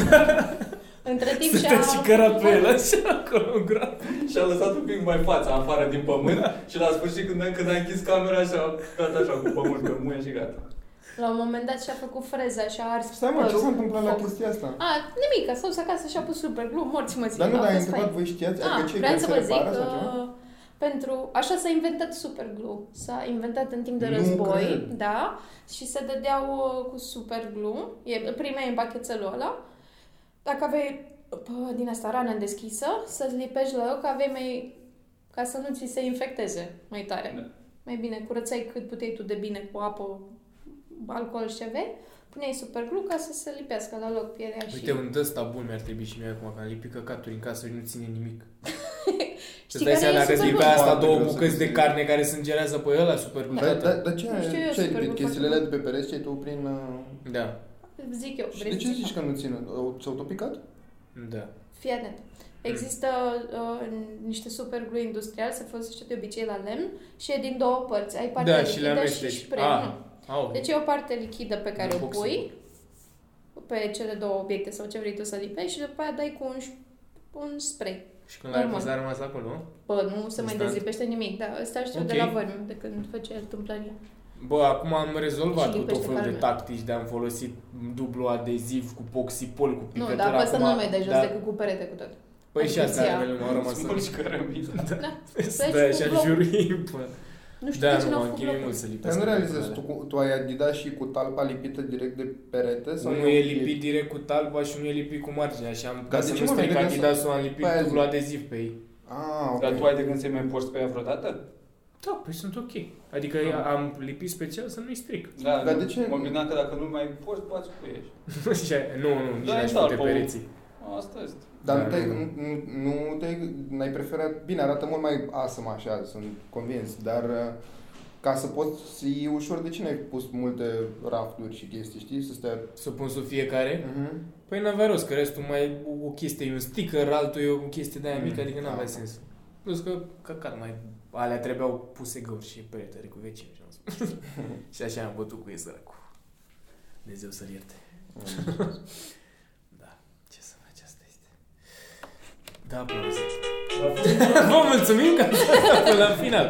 [SPEAKER 1] Între timp și-a...
[SPEAKER 3] Stătea și cărat pe el, așa, acolo, în groapă.
[SPEAKER 5] și a lăsat un pic mai fața afară din
[SPEAKER 4] Da.
[SPEAKER 5] pământ și la sfârșit când a, când a închis camera și a dat așa cu pământ pe mâine și gata.
[SPEAKER 1] La un moment dat și-a făcut freza și-a ars...
[SPEAKER 4] Stai mă, ce
[SPEAKER 1] părul
[SPEAKER 4] s-a
[SPEAKER 1] cu
[SPEAKER 4] întâmplat la
[SPEAKER 1] foc.
[SPEAKER 4] chestia asta?
[SPEAKER 1] A, nimic, a stat acasă și-a pus super glue, morți mă zic.
[SPEAKER 4] Dar nu,
[SPEAKER 1] au
[SPEAKER 4] dar ai
[SPEAKER 1] fost fain.
[SPEAKER 4] întrebat, voi știați?
[SPEAKER 1] da, Ah,
[SPEAKER 4] Adică ce,
[SPEAKER 1] vreau
[SPEAKER 4] că
[SPEAKER 1] să
[SPEAKER 4] se
[SPEAKER 1] vă zic
[SPEAKER 4] repară
[SPEAKER 1] că
[SPEAKER 4] sau ceva?
[SPEAKER 1] pentru, așa s-a inventat super glue. S-a inventat în timp de
[SPEAKER 4] Nu
[SPEAKER 1] război,
[SPEAKER 4] cred.
[SPEAKER 1] da, și se dădeau uh, cu super glue. E, primeai în pachetelul ăla. Dacă aveai pă, din asta rană deschisă, să-ți lipești la loc, aveai mai ca să nu ți se infecteze mai tare.
[SPEAKER 5] Da.
[SPEAKER 1] Mai bine, curățai cât puteai tu de bine cu apă, alcool și ce vei, puneai super glue ca să se lipească la loc pielea și...
[SPEAKER 3] Uite, un dăsta bun mi-ar trebui și mie acum, că am lipit căcaturi în casă și nu ține nimic. Să-ți dai
[SPEAKER 1] care
[SPEAKER 3] seama
[SPEAKER 1] e
[SPEAKER 3] dacă îți
[SPEAKER 1] super
[SPEAKER 3] lipea
[SPEAKER 1] bun.
[SPEAKER 3] asta
[SPEAKER 4] Foarte
[SPEAKER 3] două
[SPEAKER 4] greu să
[SPEAKER 3] bucăți de
[SPEAKER 4] găsești.
[SPEAKER 3] carne care se îngelează pe ăla, super
[SPEAKER 4] Dar
[SPEAKER 3] mutată.
[SPEAKER 4] da, da, ce
[SPEAKER 1] Nu știu eu,
[SPEAKER 4] ai, ce ai
[SPEAKER 1] super
[SPEAKER 4] lipit?
[SPEAKER 1] mult
[SPEAKER 4] Chestiile
[SPEAKER 1] fac.
[SPEAKER 4] alea de pe pereți ce ai tu prin... uh,
[SPEAKER 3] Da.
[SPEAKER 1] Zic eu.
[SPEAKER 4] Și
[SPEAKER 1] vrei
[SPEAKER 4] de
[SPEAKER 1] să
[SPEAKER 4] ce
[SPEAKER 1] zic eu?
[SPEAKER 4] zici că nu ține? O- S-au topicat?
[SPEAKER 3] Da.
[SPEAKER 1] Fii atent. Există uh, niște superglue industrial, se folosește de obicei la lemn și e din două părți. Ai partea
[SPEAKER 3] Da, și le
[SPEAKER 1] lichidă și,
[SPEAKER 3] amesteci.
[SPEAKER 1] și spray.
[SPEAKER 3] Ah.
[SPEAKER 1] Nu.
[SPEAKER 3] Au.
[SPEAKER 1] Deci e o parte lichidă pe care
[SPEAKER 3] Din
[SPEAKER 1] o
[SPEAKER 3] boxul.
[SPEAKER 1] pui pe cele două obiecte sau ce vrei tu să lipești și după aia dai cu un, ș- un spray.
[SPEAKER 3] Și când l-ai
[SPEAKER 1] normal.
[SPEAKER 3] pus, a rămas acolo?
[SPEAKER 1] Bă, nu se mai
[SPEAKER 3] Instant.
[SPEAKER 1] dezlipește nimic, dar ăsta știu de
[SPEAKER 3] Ok.
[SPEAKER 1] la vărmi, de când făcea el tâmplăria.
[SPEAKER 3] Bă, acum am rezolvat
[SPEAKER 1] Și
[SPEAKER 3] cu tot
[SPEAKER 1] lipește
[SPEAKER 3] felul de
[SPEAKER 1] palme.
[SPEAKER 3] tactici, de am folosit dublu adeziv cu poxipol, cu
[SPEAKER 1] Nu,
[SPEAKER 3] picătură.
[SPEAKER 1] dar pe ăsta
[SPEAKER 3] acum-
[SPEAKER 1] nu mai dai jos
[SPEAKER 3] da.
[SPEAKER 1] decât cu perete cu tot.
[SPEAKER 3] Păi și asta
[SPEAKER 1] Adică
[SPEAKER 3] la nivel m-au rămas.
[SPEAKER 5] Mulți cărămizi.
[SPEAKER 1] Deci,
[SPEAKER 3] Da,
[SPEAKER 1] cu
[SPEAKER 3] așa
[SPEAKER 1] bloc.
[SPEAKER 3] jurim.
[SPEAKER 1] Nu știu
[SPEAKER 3] Da,
[SPEAKER 1] de ce
[SPEAKER 3] nu,
[SPEAKER 1] n-au
[SPEAKER 3] m-am
[SPEAKER 1] făcut
[SPEAKER 3] chinuit
[SPEAKER 1] locul.
[SPEAKER 3] mult să lipesc.
[SPEAKER 4] Dar nu realizez,
[SPEAKER 3] picăturele.
[SPEAKER 4] tu, cu- tu ai Adidas și cu talpa lipită direct de perete? Sau
[SPEAKER 3] Unul e lipit direct cu talpa și unul e lipit cu marginea și am, Păi ca
[SPEAKER 4] Dar
[SPEAKER 3] să
[SPEAKER 4] de
[SPEAKER 3] nu
[SPEAKER 4] ce mă
[SPEAKER 3] stric
[SPEAKER 4] vedeam să-
[SPEAKER 3] Adidas-ul, am lipit
[SPEAKER 4] Păi aia
[SPEAKER 3] dublu
[SPEAKER 4] zic.
[SPEAKER 3] adeziv pe ei.
[SPEAKER 4] Ah, ok.
[SPEAKER 5] Dar tu ai de gând să-i mai porți pe ea vreodată?
[SPEAKER 3] Da, păi sunt ok. Adică am lipit special să nu-i stric.
[SPEAKER 5] Da,
[SPEAKER 4] Dar
[SPEAKER 5] nu.
[SPEAKER 4] de ce-
[SPEAKER 5] Mă gândeam că dacă nu mai porți, poți cu ei.
[SPEAKER 3] Și aia- nu, nu, nici
[SPEAKER 5] Da,
[SPEAKER 3] n-aș
[SPEAKER 5] e talpa,
[SPEAKER 3] pute
[SPEAKER 5] o-
[SPEAKER 3] pereții.
[SPEAKER 5] Asta este.
[SPEAKER 4] Dar
[SPEAKER 3] Dar
[SPEAKER 4] nu te-ai,
[SPEAKER 3] nu-
[SPEAKER 4] nu, nu te-ai, n-ai preferat, bine, arată mult mai asăm așa, sunt convins, dar uh, ca să poți, e ușor, de ce n-ai pus multe rafturi și chestii, știi, să stea...
[SPEAKER 3] Să pun sub fiecare.
[SPEAKER 4] Uh-huh.
[SPEAKER 3] Păi n-avea rost, că restul mai o chestie e un sticker, altul e o chestie de aia
[SPEAKER 4] Mm,
[SPEAKER 3] mică, adică n-avea
[SPEAKER 4] da.
[SPEAKER 3] sens. Plus că, căcat, mai alea trebuiau puse găuri și peretele cu vecini și am spus. și așa am bătut cu ei săracul. Dumnezeu să-l ierte.
[SPEAKER 4] Mm.
[SPEAKER 3] Da, ce să faci, asta este. Da, aplauze. Vă mulțumim că ați stat până la final.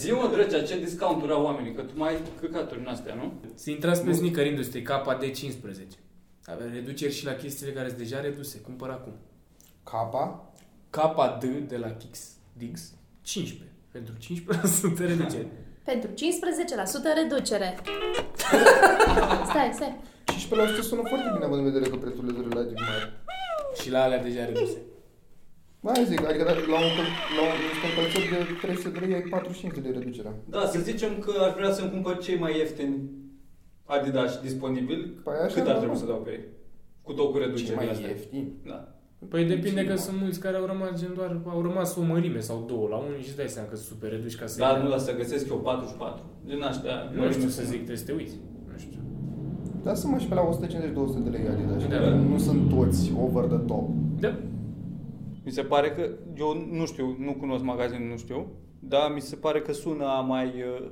[SPEAKER 5] Zi-mă, drăgea, ce discounturi au oamenii? Că tu mai ai căcaturi în astea, nu?
[SPEAKER 3] Să intrați pe Sneaker Industry, KD15. Avem reduceri și la chestiile care sunt deja reduse. Cumpăr acum.
[SPEAKER 4] Capa?
[SPEAKER 3] KD de la Kix Dix 15. Pentru 15% reducere.
[SPEAKER 1] Pentru 15% reducere. stai, stai.
[SPEAKER 4] 15% sună foarte bine, având în vedere că prețurile sunt relativ mari.
[SPEAKER 3] și la alea deja reduse.
[SPEAKER 4] Mai zic, adică dacă la un, căl- la un, niște încălțări de 300 de lei ai 45 de lei reducerea.
[SPEAKER 5] Da, să zicem că aș vrea să-mi cumpăr cei mai ieftini Adidas disponibili.
[SPEAKER 4] Păi așa,
[SPEAKER 5] Cât
[SPEAKER 4] da,
[SPEAKER 5] ar trebui
[SPEAKER 4] da.
[SPEAKER 5] să dau pe ei? Cu tot cu
[SPEAKER 4] Ce
[SPEAKER 5] reducerile
[SPEAKER 4] mai
[SPEAKER 5] astea.
[SPEAKER 4] ieftin.
[SPEAKER 5] Da.
[SPEAKER 3] Păi depinde că
[SPEAKER 4] Cine?
[SPEAKER 3] sunt mulți care au rămas gen doar, au rămas o mărime sau două la unii și îți dai seama că super reduci ca să
[SPEAKER 5] Dar Da, nu, dar să găsesc eu 44. Din astea.
[SPEAKER 3] nu știu să zic, trebuie să te uiți. Nu știu.
[SPEAKER 4] Dar Da, sunt mă și pe la 150-200 de lei Adidas.
[SPEAKER 3] Da.
[SPEAKER 4] Da. Nu sunt toți over the top.
[SPEAKER 3] Da.
[SPEAKER 5] Mi se pare că, eu nu știu, nu cunosc magazinul, nu știu, dar mi se pare că sună a mai... uh,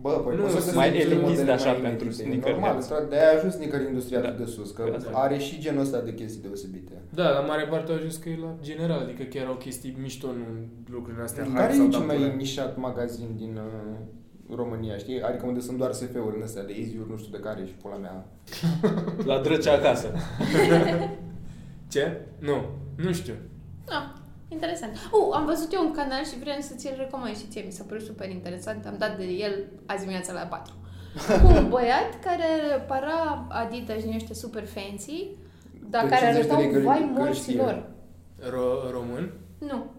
[SPEAKER 4] Bă, păi
[SPEAKER 3] Nu,
[SPEAKER 4] poți
[SPEAKER 3] sunt
[SPEAKER 4] să
[SPEAKER 3] mai
[SPEAKER 4] găsești
[SPEAKER 5] elitist
[SPEAKER 4] modele
[SPEAKER 5] așa
[SPEAKER 4] mai
[SPEAKER 5] pentru
[SPEAKER 4] inedite.
[SPEAKER 5] sneaker
[SPEAKER 4] Normal,
[SPEAKER 5] heads.
[SPEAKER 4] stra- de-aia a ajuns sneaker industria
[SPEAKER 5] Da.
[SPEAKER 4] atât de sus, că
[SPEAKER 5] Păi asta e.
[SPEAKER 4] are și genul ăsta de chestii deosebite.
[SPEAKER 3] Da, dar mare parte au ajuns că e la general, adică chiar au chestii mișto, nu lucruri în astea.
[SPEAKER 4] Care
[SPEAKER 3] hype
[SPEAKER 4] e
[SPEAKER 3] sau
[SPEAKER 4] cel mai
[SPEAKER 3] tapure.
[SPEAKER 4] nișat magazin din uh, România, știi? Adică unde sunt doar SF-uri în astea de easy-uri, nu știu de care și pula mea.
[SPEAKER 5] La drăcea acasă.
[SPEAKER 3] Ce? Nu, nu știu.
[SPEAKER 1] Ah, interesant. Uh, am văzut eu un canal și vreau să ți-l recomand și ție, mi s-a părut super interesant. Am dat de el azi dimineața la 4. Cu un băiat care repara Adidas din ăștia super fancy, dar
[SPEAKER 4] Pe
[SPEAKER 1] care
[SPEAKER 4] 50 de
[SPEAKER 1] arătau
[SPEAKER 4] lei gări-
[SPEAKER 1] vai
[SPEAKER 4] gări-
[SPEAKER 1] morților.
[SPEAKER 3] Ro- român?
[SPEAKER 1] Nu,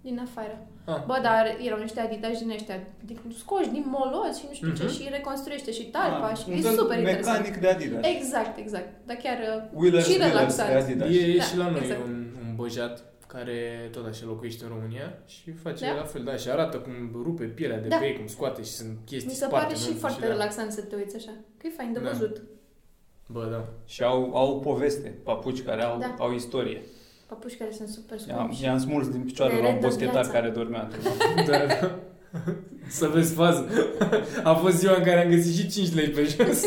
[SPEAKER 1] din afară.
[SPEAKER 3] Ah.
[SPEAKER 1] Bă, dar erau niște Adidas din ăștia, din, scoși din moloz și nu știu ce,
[SPEAKER 3] Mhm.
[SPEAKER 1] și reconstruiește și talpa
[SPEAKER 5] Ah,
[SPEAKER 1] și
[SPEAKER 5] un
[SPEAKER 1] e
[SPEAKER 5] fel
[SPEAKER 1] super interesant.
[SPEAKER 5] Mecanic de Adidas.
[SPEAKER 1] Exact, exact. Dar chiar uh,
[SPEAKER 5] Wheelers,
[SPEAKER 1] și
[SPEAKER 5] Wheelers de
[SPEAKER 1] relaxant.
[SPEAKER 3] Da,
[SPEAKER 5] Adidas.
[SPEAKER 3] e e
[SPEAKER 1] Da,
[SPEAKER 3] și la noi
[SPEAKER 1] exact.
[SPEAKER 3] un, un băjat care tot așa locuiește în România și face
[SPEAKER 1] Da?
[SPEAKER 3] la fel, da, și arată cum rupe pielea de
[SPEAKER 1] Da.
[SPEAKER 3] pe ei, cum scoate și sunt chestii
[SPEAKER 1] Mi se
[SPEAKER 3] sparte,
[SPEAKER 1] pare
[SPEAKER 3] nu?
[SPEAKER 1] și foarte
[SPEAKER 3] da.
[SPEAKER 1] relaxant să te uiți așa. Că e fain de
[SPEAKER 3] Da.
[SPEAKER 1] văzut.
[SPEAKER 3] Bă, da.
[SPEAKER 5] Și au, au poveste, papuci care au,
[SPEAKER 1] Da.
[SPEAKER 5] au istorie.
[SPEAKER 1] Papuși care sunt super
[SPEAKER 5] I-am,
[SPEAKER 1] scumpi.
[SPEAKER 5] i-am smuls din picioare
[SPEAKER 1] Le
[SPEAKER 5] la un
[SPEAKER 1] redă
[SPEAKER 5] boschetar
[SPEAKER 1] viața.
[SPEAKER 5] care dormea atunci.
[SPEAKER 3] da, da. Să vezi fază. A fost ziua în care am găsit și 5 lei pe jos.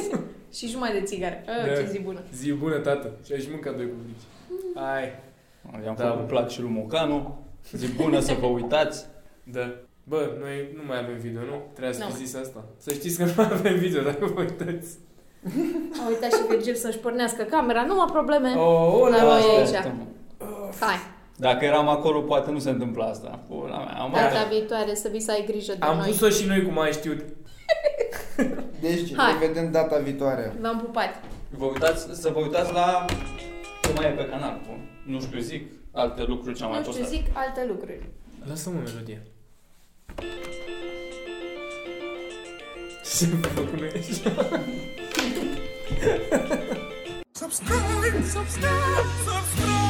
[SPEAKER 1] Și jumătate de țigară. Oh,
[SPEAKER 3] Da.
[SPEAKER 1] Ce zi bună.
[SPEAKER 3] Zi bună, tată. Și aș mânca doi cubici.
[SPEAKER 1] Mm.
[SPEAKER 3] Ai.
[SPEAKER 5] I-am
[SPEAKER 3] Da.
[SPEAKER 5] făcut plac și lui Mocanu. Zi bună să vă uitați.
[SPEAKER 3] Da. Bă, noi nu mai avem video, nu? Trebuia să
[SPEAKER 1] Nu.
[SPEAKER 3] fi zis asta. Să știți că nu mai avem video, dacă vă uitați.
[SPEAKER 1] A uitat și Virgil să-și pornească camera. Nu am probleme.
[SPEAKER 3] Oh,
[SPEAKER 1] La
[SPEAKER 3] ola!
[SPEAKER 1] noi e aici.
[SPEAKER 5] Asta, mă.
[SPEAKER 1] Hai,
[SPEAKER 5] Dacă eram acolo, poate nu se întâmpla asta. Pula mea, am
[SPEAKER 3] Da.
[SPEAKER 1] data viitoare să vii să ai grijă de
[SPEAKER 3] Am
[SPEAKER 1] noi.
[SPEAKER 3] pus-o și noi cum ai știut.
[SPEAKER 4] Deci
[SPEAKER 1] Hai.
[SPEAKER 4] ne vedem data viitoare.
[SPEAKER 1] V-am pupat.
[SPEAKER 5] Vă uitați, să vă uitați la ce mai e pe canal. Bun. Nu știu, zic alte lucruri ce am mai
[SPEAKER 1] Nu știu,
[SPEAKER 5] postat.
[SPEAKER 1] zic alte lucruri.
[SPEAKER 3] Lasă-mă melodie. Ce făcut
[SPEAKER 6] Subscribe, subscribe, subscribe.